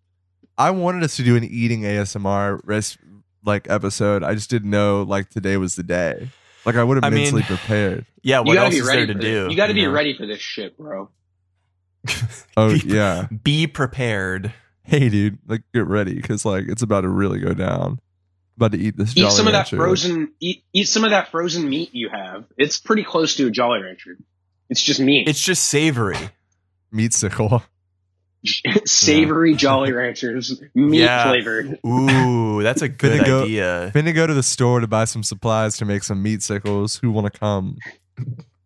[SPEAKER 1] I wanted us to do an eating ASMR res- like episode. I just didn't know like today was the day. Like I would have
[SPEAKER 3] I mean-
[SPEAKER 1] mentally prepared.
[SPEAKER 3] Yeah,
[SPEAKER 2] you
[SPEAKER 3] what
[SPEAKER 2] gotta
[SPEAKER 3] else
[SPEAKER 2] be
[SPEAKER 3] is
[SPEAKER 2] ready
[SPEAKER 3] there to
[SPEAKER 2] for
[SPEAKER 3] do?
[SPEAKER 2] This. You gotta be
[SPEAKER 3] know?
[SPEAKER 2] ready for this shit, bro.
[SPEAKER 1] Oh
[SPEAKER 3] Be-
[SPEAKER 1] yeah.
[SPEAKER 3] Be prepared.
[SPEAKER 1] Hey dude, like get ready because like it's about to really go down. About to eat this.
[SPEAKER 2] Eat
[SPEAKER 1] Jolly
[SPEAKER 2] some of that
[SPEAKER 1] Rancher.
[SPEAKER 2] frozen. Eat, eat some of that frozen meat you have. It's pretty close to a Jolly Rancher. It's just meat.
[SPEAKER 3] It's just savory.
[SPEAKER 1] meat sickle.
[SPEAKER 2] savory Jolly Ranchers, meat
[SPEAKER 3] Yeah.
[SPEAKER 2] flavored.
[SPEAKER 3] Ooh, that's a good
[SPEAKER 1] Gonna go-
[SPEAKER 3] idea.
[SPEAKER 1] Finna go to the store to buy some supplies to make some meat sickles. Who want to come?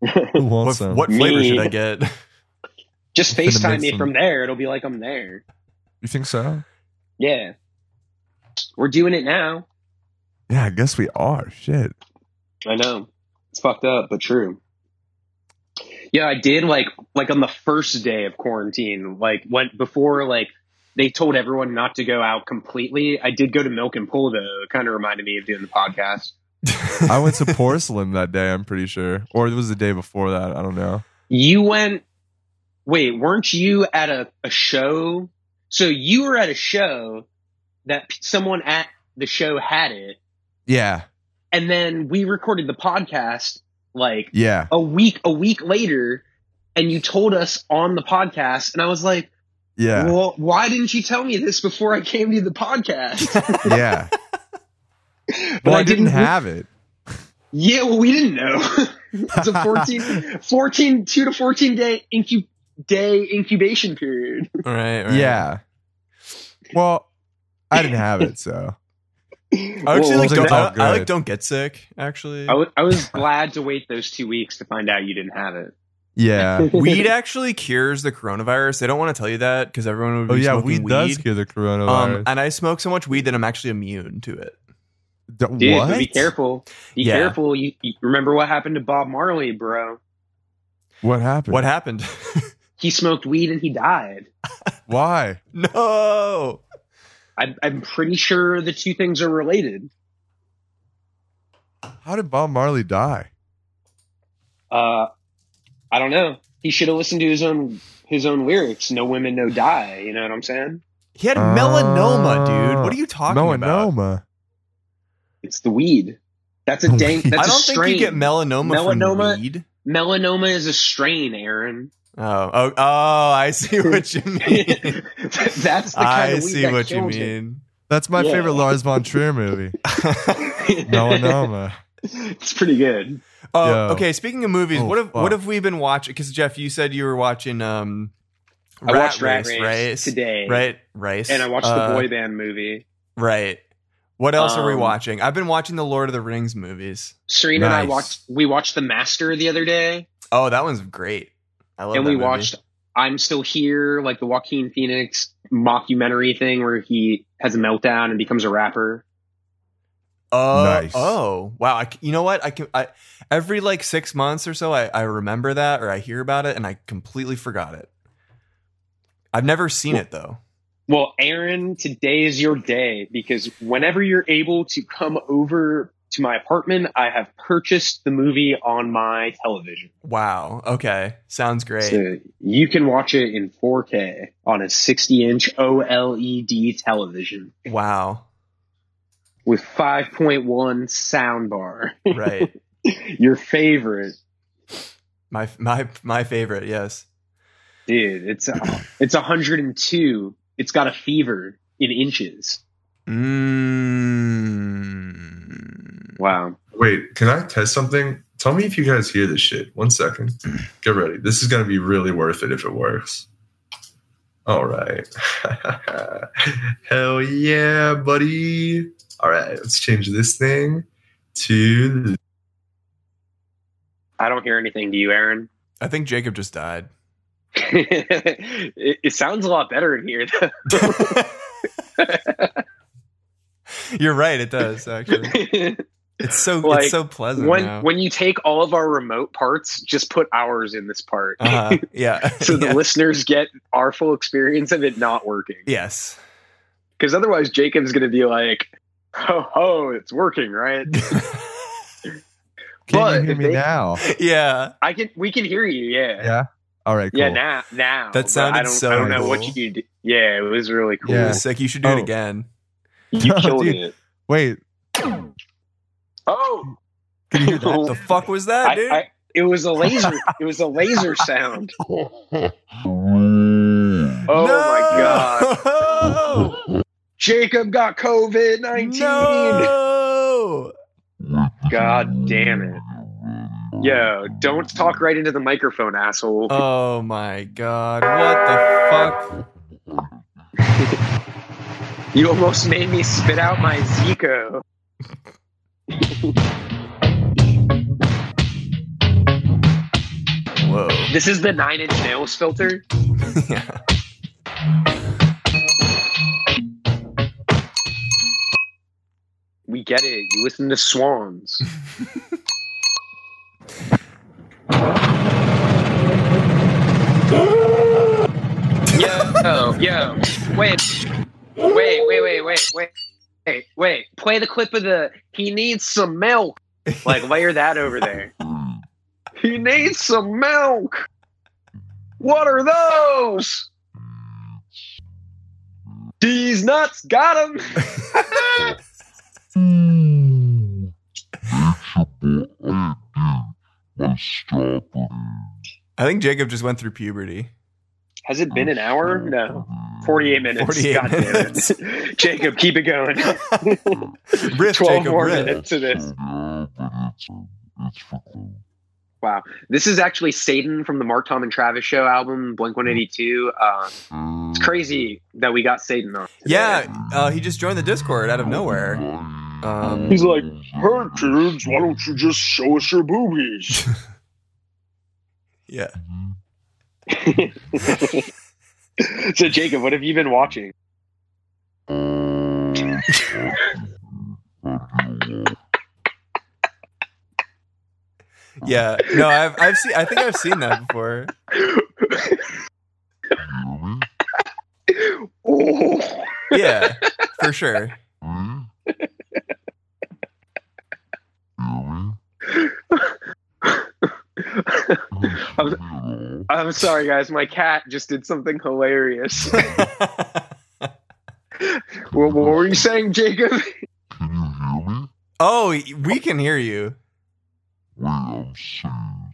[SPEAKER 1] Who wants
[SPEAKER 3] What,
[SPEAKER 1] some?
[SPEAKER 3] what flavor
[SPEAKER 2] Me.
[SPEAKER 3] should I get?
[SPEAKER 2] Just
[SPEAKER 1] Finna
[SPEAKER 2] FaceTime
[SPEAKER 1] make
[SPEAKER 2] me
[SPEAKER 1] some-
[SPEAKER 2] from there. It'll be like I'm there.
[SPEAKER 1] You think so?
[SPEAKER 2] Yeah, we're doing it now.
[SPEAKER 1] Yeah, I guess we are. Shit.
[SPEAKER 2] I know it's fucked up, but true. Yeah, I did like like on the first day of quarantine, like went before like they told everyone not to go out completely. I did go to Milk and Pool though. It kind of reminded me of doing the podcast.
[SPEAKER 1] I went to Porcelain that day, I'm pretty sure. Or it was the day before that. I don't know.
[SPEAKER 2] You went. Wait, weren't you at a, a show? So you were at a show that p- someone at the show had it,
[SPEAKER 1] Yeah.
[SPEAKER 2] and then we recorded the podcast like
[SPEAKER 1] Yeah.
[SPEAKER 2] a week a week later, and you told us on the podcast, and I was like,
[SPEAKER 1] Yeah.
[SPEAKER 2] "Well, why didn't you tell me this before I came to the podcast?"
[SPEAKER 1] Yeah.
[SPEAKER 2] But
[SPEAKER 1] well, I didn't have it.
[SPEAKER 2] Yeah, well, we didn't know. it's a 14, 14, two to 14 day, incu- day incubation period.
[SPEAKER 3] right, right.
[SPEAKER 1] Yeah. Well, I didn't have it, so.
[SPEAKER 3] I actually
[SPEAKER 2] Well,
[SPEAKER 3] like
[SPEAKER 1] was it
[SPEAKER 3] don't,
[SPEAKER 1] felt
[SPEAKER 3] I, I like
[SPEAKER 1] good?
[SPEAKER 3] don't get sick. Actually,
[SPEAKER 2] I wa- I was glad to wait those two weeks to find out you didn't have it.
[SPEAKER 1] Yeah.
[SPEAKER 3] weed actually cures the coronavirus. They don't want to tell you that because everyone would be
[SPEAKER 1] Oh, yeah.
[SPEAKER 3] smoking
[SPEAKER 1] Weed,
[SPEAKER 3] weed.
[SPEAKER 1] does cure the coronavirus.
[SPEAKER 3] um, and I smoke so much weed that I'm actually immune to it.
[SPEAKER 1] D-
[SPEAKER 2] Dude,
[SPEAKER 1] what?
[SPEAKER 2] but be careful. Be
[SPEAKER 3] Yeah.
[SPEAKER 2] careful. You, you remember what happened to Bob Marley, bro?
[SPEAKER 1] What happened?
[SPEAKER 3] What happened?
[SPEAKER 2] He smoked weed and he died.
[SPEAKER 1] Why?
[SPEAKER 3] no.
[SPEAKER 2] I, I'm pretty sure the two things are related.
[SPEAKER 1] How did Bob Marley die?
[SPEAKER 2] Uh, I don't know. He should have listened to his own his own lyrics. No women, no die. You know what I'm saying?
[SPEAKER 3] He had
[SPEAKER 1] Uh,
[SPEAKER 3] melanoma, dude. What are you talking about?
[SPEAKER 1] Melanoma.
[SPEAKER 2] It's the weed. That's a
[SPEAKER 1] Oh,
[SPEAKER 2] dang.
[SPEAKER 1] weed.
[SPEAKER 2] That's
[SPEAKER 3] I
[SPEAKER 2] a
[SPEAKER 3] don't
[SPEAKER 2] strain.
[SPEAKER 3] think you get melanoma,
[SPEAKER 2] Melanoma-
[SPEAKER 3] from weed.
[SPEAKER 2] melanoma is a strain, Aaron.
[SPEAKER 3] Oh, oh, oh, I see what you mean.
[SPEAKER 2] That's the kind
[SPEAKER 3] I
[SPEAKER 2] of weed
[SPEAKER 3] see
[SPEAKER 2] that
[SPEAKER 3] what you
[SPEAKER 2] kills it.
[SPEAKER 3] mean.
[SPEAKER 1] That's my
[SPEAKER 2] Yeah.
[SPEAKER 1] favorite Lars von Trier movie. Melanoma.
[SPEAKER 2] It's pretty good.
[SPEAKER 3] Oh,
[SPEAKER 1] Yo.
[SPEAKER 3] okay. Speaking of movies,
[SPEAKER 1] Oh,
[SPEAKER 3] what have what
[SPEAKER 1] fuck.
[SPEAKER 3] have we been watching? Because Jeff, you said you were watching um, Rat
[SPEAKER 2] I watched Rat
[SPEAKER 3] Race,
[SPEAKER 2] Race
[SPEAKER 3] right?
[SPEAKER 2] today,
[SPEAKER 3] right? Rice,
[SPEAKER 2] And I watched
[SPEAKER 3] Uh,
[SPEAKER 2] the boy band movie.
[SPEAKER 3] Right. What else are we
[SPEAKER 2] Um,
[SPEAKER 3] watching? I've been watching the Lord of the Rings movies.
[SPEAKER 2] Serena and I
[SPEAKER 1] nice.
[SPEAKER 2] watched. We watched The Master the other day,
[SPEAKER 3] Oh, that one's great. I love.
[SPEAKER 2] and
[SPEAKER 3] that
[SPEAKER 2] we
[SPEAKER 3] movie.
[SPEAKER 2] watched "I'm Still Here," like the Joaquin Phoenix mockumentary thing where he has a meltdown and becomes a rapper.
[SPEAKER 3] Oh,
[SPEAKER 1] Nice.
[SPEAKER 3] oh, wow! I c you know what? I can. I every like six months or so, I, I remember that or I hear about it, and I completely forgot it. I've never seen it though.
[SPEAKER 2] Well, Aaron, today is your day because whenever you're able to come over to my apartment, I have purchased the movie on my television.
[SPEAKER 3] Wow. Okay. Sounds great.
[SPEAKER 2] So you can watch it in 4K on a 60 inch OLED television
[SPEAKER 3] Wow.
[SPEAKER 2] with 5.1 soundbar.
[SPEAKER 3] Right.
[SPEAKER 2] your favorite.
[SPEAKER 3] My my my favorite, yes.
[SPEAKER 2] Dude, it's, uh, it's 102. It's got a fever in inches.
[SPEAKER 3] Mm.
[SPEAKER 2] Wow.
[SPEAKER 1] Wait, can I test something? Tell me if you guys hear this shit. One second. Get ready. This is going to be really worth it if it works. All right. Hell yeah, buddy. All right, let's change this thing to.
[SPEAKER 2] I don't hear anything. Do you, Aaron?
[SPEAKER 3] I think Jacob just died.
[SPEAKER 2] it, it sounds a lot better in here, though.
[SPEAKER 3] You're right, it does actually. It's so
[SPEAKER 2] Like,
[SPEAKER 3] it's so pleasant.
[SPEAKER 2] when
[SPEAKER 3] now.
[SPEAKER 2] when you take all of our remote parts, just put ours in this part,
[SPEAKER 3] Uh-huh. yeah.
[SPEAKER 2] so the
[SPEAKER 3] yeah.
[SPEAKER 2] listeners get our full experience of it not working.
[SPEAKER 3] Yes.
[SPEAKER 2] Because otherwise, Jacob's going to be like, "Oh, oh, it's working, right?"
[SPEAKER 1] Can
[SPEAKER 2] But
[SPEAKER 1] you hear
[SPEAKER 2] if
[SPEAKER 1] me
[SPEAKER 2] they-
[SPEAKER 1] now?
[SPEAKER 3] yeah.
[SPEAKER 2] I can, we can hear you. Yeah,
[SPEAKER 1] Yeah. All right, cool.
[SPEAKER 2] yeah. Now, now.
[SPEAKER 3] That
[SPEAKER 2] but
[SPEAKER 3] sounded
[SPEAKER 2] I don't,
[SPEAKER 3] so
[SPEAKER 2] I don't know what
[SPEAKER 3] cool.
[SPEAKER 2] you did. Yeah, it was really cool.
[SPEAKER 3] It
[SPEAKER 1] Yeah.
[SPEAKER 3] was sick. You should do it
[SPEAKER 1] Oh.
[SPEAKER 3] again.
[SPEAKER 2] You
[SPEAKER 1] Oh,
[SPEAKER 2] killed
[SPEAKER 1] dude.
[SPEAKER 2] it.
[SPEAKER 1] Wait,
[SPEAKER 2] Oh,
[SPEAKER 1] can you hear that?
[SPEAKER 3] The fuck was that,
[SPEAKER 2] I,
[SPEAKER 3] dude?
[SPEAKER 2] I, it was a laser. it was a laser sound. Oh my god.
[SPEAKER 3] god.
[SPEAKER 2] Jacob got COVID 19.
[SPEAKER 3] No.
[SPEAKER 2] God damn it. Yo, don't talk right into the microphone, asshole.
[SPEAKER 3] Oh my god. What the fuck?
[SPEAKER 2] you almost made me spit out my Zico.
[SPEAKER 3] Whoa.
[SPEAKER 2] This is the nine inch nails filter.
[SPEAKER 3] yeah.
[SPEAKER 2] We get it. You listen to swans. yo, yo, Wait, wait, wait, wait, wait, wait, wait, wait. Play the clip of the he needs some milk. Like layer that over there.
[SPEAKER 3] Hmm.
[SPEAKER 2] he needs some milk. What are those? These nuts got him.
[SPEAKER 3] I think Jacob just went through puberty.
[SPEAKER 2] Has it been an hour? No. 48 minutes.
[SPEAKER 3] 48
[SPEAKER 2] God damn
[SPEAKER 3] Oh, minutes.
[SPEAKER 2] it. Jacob, keep it going.
[SPEAKER 3] Riff,
[SPEAKER 2] 12
[SPEAKER 3] Jacob,
[SPEAKER 2] more
[SPEAKER 3] riff.
[SPEAKER 2] minutes of this. Wow. This is actually Satan from the Mark Tom and Travis show album, Blink 182. Um, it's crazy that we got Satan on. today.
[SPEAKER 3] Yeah, uh, he just joined the Discord out of nowhere. Um,
[SPEAKER 2] He's like, her dudes, why don't you just show us your boobies?
[SPEAKER 3] yeah.
[SPEAKER 2] so, Jacob, what have you been watching?
[SPEAKER 3] Yeah. No, I've I've seen I think I've seen that before.
[SPEAKER 2] Oh,
[SPEAKER 3] Yeah, for sure.
[SPEAKER 2] I'm sorry, guys. My cat just did something hilarious. what, what were you saying, Jacob?
[SPEAKER 6] Can you hear me?
[SPEAKER 3] oh, we can hear you.
[SPEAKER 6] Well, I'm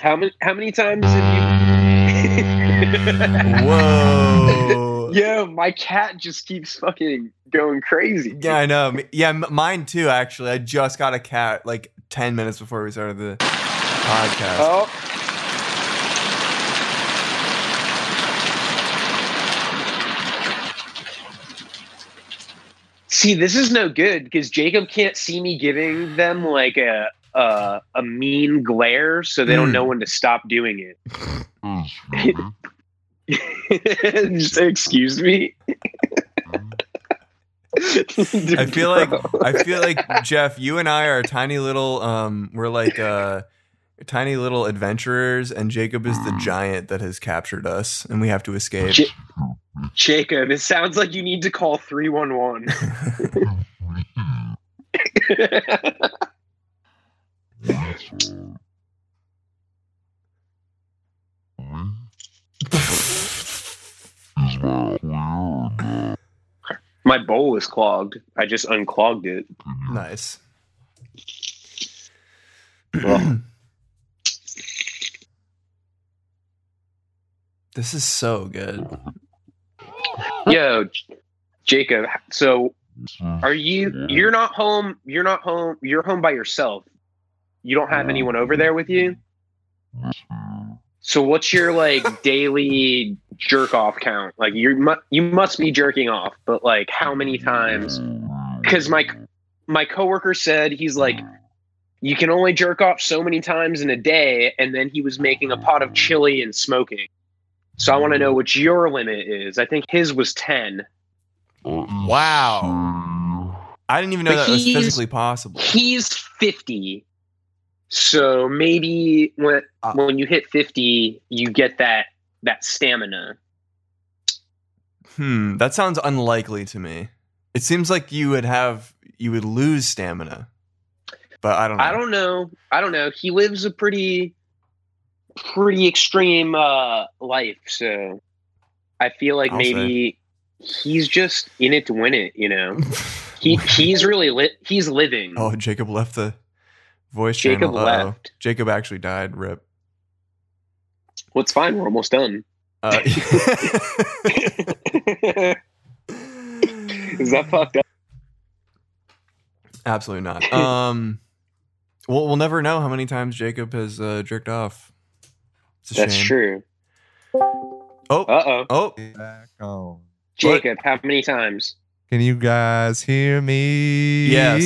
[SPEAKER 2] How many how many times have
[SPEAKER 3] Whoa.
[SPEAKER 2] you? Yo, my cat just keeps fucking going crazy.
[SPEAKER 3] Yeah, I know. M- Yeah, m- mine too. Actually, I just got a cat like ten minutes before we started the podcast.
[SPEAKER 2] Oh. See, this is no good because Jacob can't see me giving them like a a, a mean glare, so they don't
[SPEAKER 3] Mm.
[SPEAKER 2] know when to stop doing it.
[SPEAKER 6] sorry. Is me?
[SPEAKER 2] Just say, excuse me.
[SPEAKER 3] I feel like I feel like Jeff, you and I are tiny little. Um, we're like uh, tiny little adventurers, and Jacob is
[SPEAKER 2] Mm.
[SPEAKER 3] the giant that has captured us, and we have to escape.
[SPEAKER 2] Ja- Jacob, it sounds like you need to call 311.
[SPEAKER 6] Is my clear? No.
[SPEAKER 2] My bowl is clogged. I just unclogged it.
[SPEAKER 3] nice. This is so good.
[SPEAKER 2] Yo, J- Jacob, so
[SPEAKER 6] This is-
[SPEAKER 2] are you you're not home, you're not home, you're home by yourself. You don't have anyone over there with you?
[SPEAKER 6] this is-
[SPEAKER 2] So what's your like daily jerk off count? Like you mu- you must be jerking off, but like how many times? Cuz my my coworker said he's like you can only jerk off so many times in a day and then he was making a pot of chili and smoking. So I want to know what your limit is. I think his was 10.
[SPEAKER 3] Wow. I didn't even know
[SPEAKER 2] But
[SPEAKER 3] that was
[SPEAKER 2] he's-
[SPEAKER 3] physically possible.
[SPEAKER 2] He's 50. So maybe when
[SPEAKER 3] Uh.
[SPEAKER 2] when you hit 50, you get that that stamina.
[SPEAKER 3] Hmm, that sounds unlikely to me. It seems like you would have you would lose stamina. But I don't know.
[SPEAKER 2] I don't know. I don't know. He lives a pretty pretty extreme uh life, so I feel like
[SPEAKER 3] I'll
[SPEAKER 2] maybe he's just in it to win it, you know. He he's really lit he's living.
[SPEAKER 3] Oh, Jacob left the voice
[SPEAKER 2] Jacob
[SPEAKER 3] channel. Uh-oh.
[SPEAKER 2] left.
[SPEAKER 3] Jacob actually died. Rip.
[SPEAKER 2] Well, it's fine, we're almost done.
[SPEAKER 3] Uh,
[SPEAKER 2] Is that fucked up?
[SPEAKER 3] Absolutely not. Um, we'll we'll never know how many times Jacob has uh, jerked off. It's a
[SPEAKER 2] That's
[SPEAKER 3] shame.
[SPEAKER 2] true.
[SPEAKER 3] Oh,
[SPEAKER 2] Uh oh.
[SPEAKER 3] oh,
[SPEAKER 1] Back on.
[SPEAKER 2] Jacob, how many times?
[SPEAKER 1] Can you guys hear me?
[SPEAKER 3] Yes.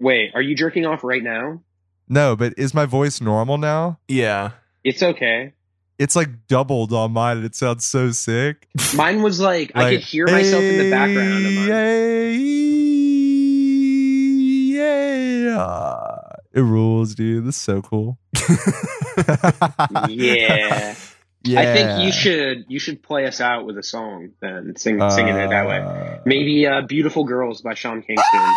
[SPEAKER 2] Wait, are you jerking off right now?
[SPEAKER 1] No, but is my voice normal now?
[SPEAKER 3] yeah.
[SPEAKER 2] It's okay.
[SPEAKER 1] It's like doubled on mine and it sounds so sick.
[SPEAKER 2] Mine was like, I
[SPEAKER 1] Like,
[SPEAKER 2] could hear myself in the background. Of mine.
[SPEAKER 1] "Hey, Yeah. It rules, dude. This is so cool.
[SPEAKER 2] Yeah.
[SPEAKER 1] yeah.
[SPEAKER 2] I think you should you should play us out with a song then, sing, singing it that way. Maybe uh, "Beautiful Girls" by Sean Kingston,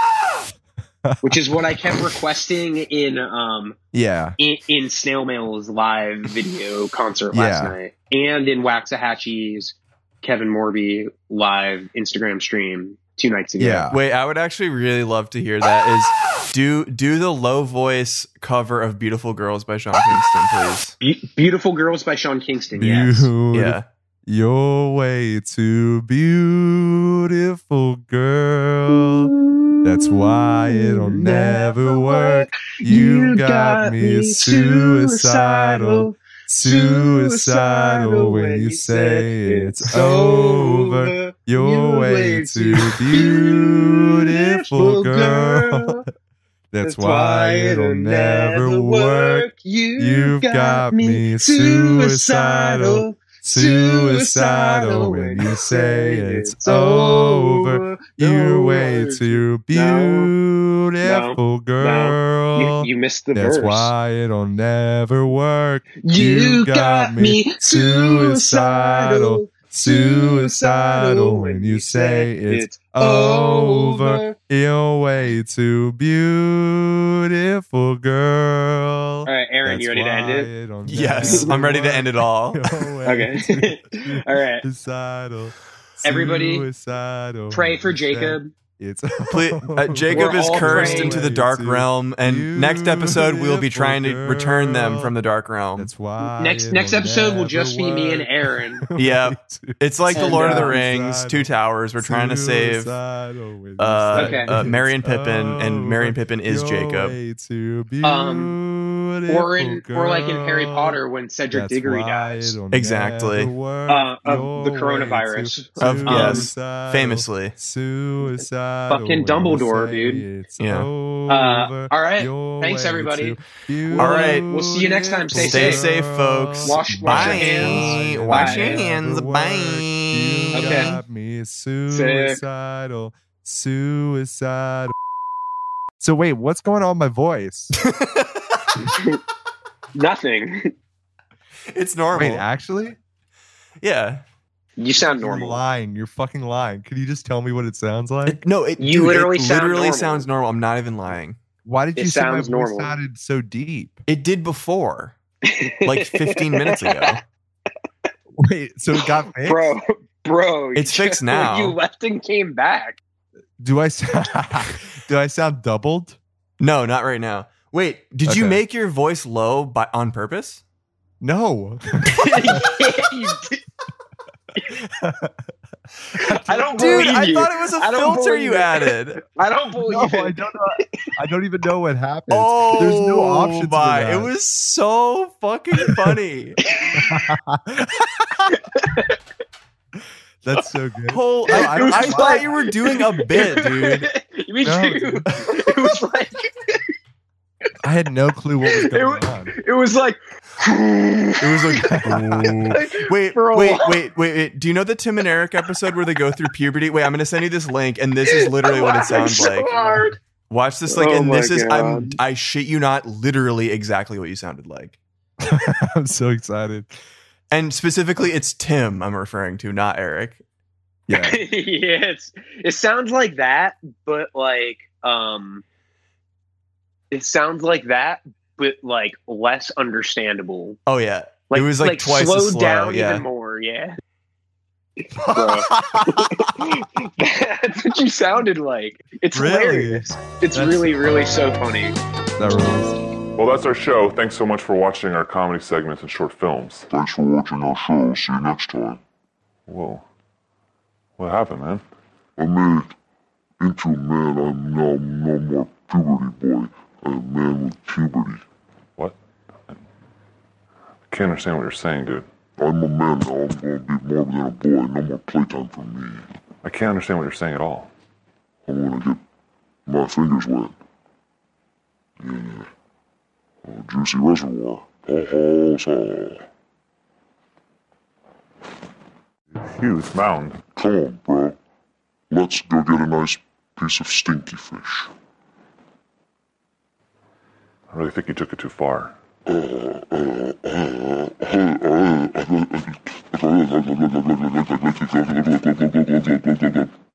[SPEAKER 2] which is what I kept requesting in um
[SPEAKER 1] Yeah.
[SPEAKER 2] in, in Snail Mail's live video concert last
[SPEAKER 1] Yeah.
[SPEAKER 2] night, and in Waxahachie's Kevin Morby live Instagram stream two nights ago.
[SPEAKER 1] Yeah.
[SPEAKER 3] Wait, I would actually really love to hear that. Is do do the low voice cover of "Beautiful Girls" by Sean Kingston, please?
[SPEAKER 2] Be- "Beautiful Girls" by Sean Kingston. Yes.
[SPEAKER 1] Beautiful.
[SPEAKER 3] Yeah,
[SPEAKER 1] Your way to beautiful girl. That's why it'll never work. You got me suicidal. Suicidal when you say it's over. Your way to beautiful girl. That's why it'll never work. You've got me suicidal. Suicidal when you say it's over. Your way to beautiful
[SPEAKER 2] You,
[SPEAKER 1] girl.
[SPEAKER 2] you missed the
[SPEAKER 1] That's
[SPEAKER 2] verse.
[SPEAKER 1] why it'll never work.
[SPEAKER 2] You got me suicidal,
[SPEAKER 1] Suicidal when you say it's over. Your way to beautiful girl.
[SPEAKER 2] All right, Aaron, you ready to end it?
[SPEAKER 3] yes, I'm ready to end it all.
[SPEAKER 2] Okay. All right.
[SPEAKER 1] Suicidal.
[SPEAKER 2] Everybody,
[SPEAKER 1] suicidal.
[SPEAKER 2] Pray for Jacob.
[SPEAKER 1] It's
[SPEAKER 3] Please, uh, Jacob
[SPEAKER 2] We're
[SPEAKER 3] is
[SPEAKER 2] all
[SPEAKER 3] cursed
[SPEAKER 2] praying.
[SPEAKER 3] into the dark realm, and next episode we'll be trying to
[SPEAKER 1] Beautiful
[SPEAKER 3] return them
[SPEAKER 1] girl.
[SPEAKER 3] from the dark realm.
[SPEAKER 1] That's why.
[SPEAKER 2] Next
[SPEAKER 1] it'll
[SPEAKER 2] next episode will
[SPEAKER 1] never
[SPEAKER 2] just be me and
[SPEAKER 1] work.
[SPEAKER 2] Aaron.
[SPEAKER 3] Yeah. It's like the
[SPEAKER 2] And,
[SPEAKER 3] Lord of the
[SPEAKER 2] uh,
[SPEAKER 3] Rings, Two Towers. We're trying to save uh,
[SPEAKER 1] uh,
[SPEAKER 2] Okay.
[SPEAKER 3] uh, Mary and Pippin,
[SPEAKER 1] Oh,
[SPEAKER 3] and Mary and Pippin is Jacob.
[SPEAKER 1] Jacob.
[SPEAKER 2] Um, Or in or like in Harry Potter when Cedric Diggory dies.
[SPEAKER 3] Exactly.
[SPEAKER 2] Uh, of the coronavirus.
[SPEAKER 3] Of- yes,
[SPEAKER 1] famously.
[SPEAKER 3] Famously,
[SPEAKER 1] Suicide.
[SPEAKER 2] Fucking Dumbledore, dude.
[SPEAKER 3] Yeah.
[SPEAKER 2] Uh, all right.
[SPEAKER 1] Your
[SPEAKER 2] Thanks,
[SPEAKER 1] way
[SPEAKER 2] everybody.
[SPEAKER 1] to
[SPEAKER 3] All right.
[SPEAKER 2] We'll see you next time. Stay
[SPEAKER 3] stay
[SPEAKER 2] safe.
[SPEAKER 3] safe, folks.
[SPEAKER 2] Wash-
[SPEAKER 3] Bye.
[SPEAKER 2] wash your hands.
[SPEAKER 3] Wash
[SPEAKER 2] Bye.
[SPEAKER 3] your hands. Bye.
[SPEAKER 1] You
[SPEAKER 2] Okay.
[SPEAKER 1] got me suicidal. Suicidal. So wait, what's going on with my voice?
[SPEAKER 2] Nothing.
[SPEAKER 3] It's normal.
[SPEAKER 1] wait, actually?
[SPEAKER 3] yeah.
[SPEAKER 2] You sound
[SPEAKER 1] You're
[SPEAKER 2] normal.
[SPEAKER 1] lying. You're fucking lying. Could you just tell me what it sounds like?
[SPEAKER 3] It- no, it
[SPEAKER 2] You
[SPEAKER 3] dude, it
[SPEAKER 2] literally sound
[SPEAKER 3] literally
[SPEAKER 2] normal.
[SPEAKER 3] sounds normal. I'm not even lying.
[SPEAKER 1] Why did
[SPEAKER 2] It
[SPEAKER 1] you say my
[SPEAKER 2] sounds
[SPEAKER 1] voice
[SPEAKER 2] normal.
[SPEAKER 1] sounded so deep?
[SPEAKER 3] It did before, like 15 minutes ago.
[SPEAKER 1] Wait, so it got fixed?
[SPEAKER 2] bro. Bro,
[SPEAKER 3] It's
[SPEAKER 2] you-
[SPEAKER 3] fixed now.
[SPEAKER 2] You left and came back.
[SPEAKER 1] Do I sound do I sound doubled?
[SPEAKER 3] No, not right now. Wait, did you
[SPEAKER 1] Okay.
[SPEAKER 3] make your voice low by on purpose?
[SPEAKER 1] No.
[SPEAKER 2] You did- I don't
[SPEAKER 3] Dude,
[SPEAKER 2] believe
[SPEAKER 3] I
[SPEAKER 2] you.
[SPEAKER 3] thought it was a
[SPEAKER 2] I don't
[SPEAKER 3] filter you
[SPEAKER 2] believe it.
[SPEAKER 3] added.
[SPEAKER 2] I don't believe
[SPEAKER 1] no, I
[SPEAKER 2] it.
[SPEAKER 1] don't know. I don't even know what happened.
[SPEAKER 3] oh,
[SPEAKER 1] There's no options for
[SPEAKER 3] my.
[SPEAKER 1] that.
[SPEAKER 3] It was so fucking funny.
[SPEAKER 1] That's so good.
[SPEAKER 3] Whole,
[SPEAKER 1] No,
[SPEAKER 3] I,
[SPEAKER 1] I don't-
[SPEAKER 3] I thought you were doing a bit, dude.
[SPEAKER 2] Me
[SPEAKER 1] No,
[SPEAKER 2] too.
[SPEAKER 1] dude.
[SPEAKER 2] It was like
[SPEAKER 1] I had no clue what was
[SPEAKER 2] It
[SPEAKER 1] going
[SPEAKER 2] wa-
[SPEAKER 1] on.
[SPEAKER 2] it was like
[SPEAKER 3] It was like, wait,
[SPEAKER 2] For a
[SPEAKER 3] wait,
[SPEAKER 2] while.
[SPEAKER 3] wait, wait, wait. Do you know the Tim and Eric episode where they go through puberty? Wait, I'm gonna send you this link, and this is literally what it sounds
[SPEAKER 2] so
[SPEAKER 3] like.
[SPEAKER 2] hard.
[SPEAKER 3] Watch this link,
[SPEAKER 2] Oh
[SPEAKER 3] and
[SPEAKER 2] my
[SPEAKER 3] this is I'm
[SPEAKER 2] God.
[SPEAKER 3] I shit you not, literally exactly what you sounded like.
[SPEAKER 1] I'm so excited.
[SPEAKER 3] And specifically, it's Tim I'm referring to, not Eric.
[SPEAKER 1] Yeah.
[SPEAKER 2] yeah, it's, it sounds like that, but like um, it sounds like that, but like less understandable.
[SPEAKER 3] Oh yeah,
[SPEAKER 2] Like
[SPEAKER 3] It was, like, twice as
[SPEAKER 2] slowed
[SPEAKER 3] slow,
[SPEAKER 2] down
[SPEAKER 3] yeah.
[SPEAKER 2] even more. Yeah, Bro. that's what you sounded like. It's
[SPEAKER 1] Really?
[SPEAKER 2] hilarious. It's
[SPEAKER 1] That's-
[SPEAKER 2] really, really so funny.
[SPEAKER 1] That rules.
[SPEAKER 7] Well, that's our show. Thanks so much for watching our comedy segments and short films.
[SPEAKER 6] Thanks for watching our show. See you next time.
[SPEAKER 7] Whoa. What happened, man?
[SPEAKER 6] I made it into a man. I'm now no more puberty boy. I'm a man with puberty.
[SPEAKER 7] What? I can't understand what you're saying, dude.
[SPEAKER 6] I'm a man now. I'm going to be more than a boy. No more playtime for me.
[SPEAKER 7] I can't understand what you're saying at all.
[SPEAKER 6] I want to get my fingers wet. Yeah. Oh, juicy reservoir. Uh-huh. Ho ho ho.
[SPEAKER 7] Huge mound.
[SPEAKER 6] Come on, bro. Let's go get a nice piece of stinky fish.
[SPEAKER 7] I I really think you took it too far.
[SPEAKER 6] Hey,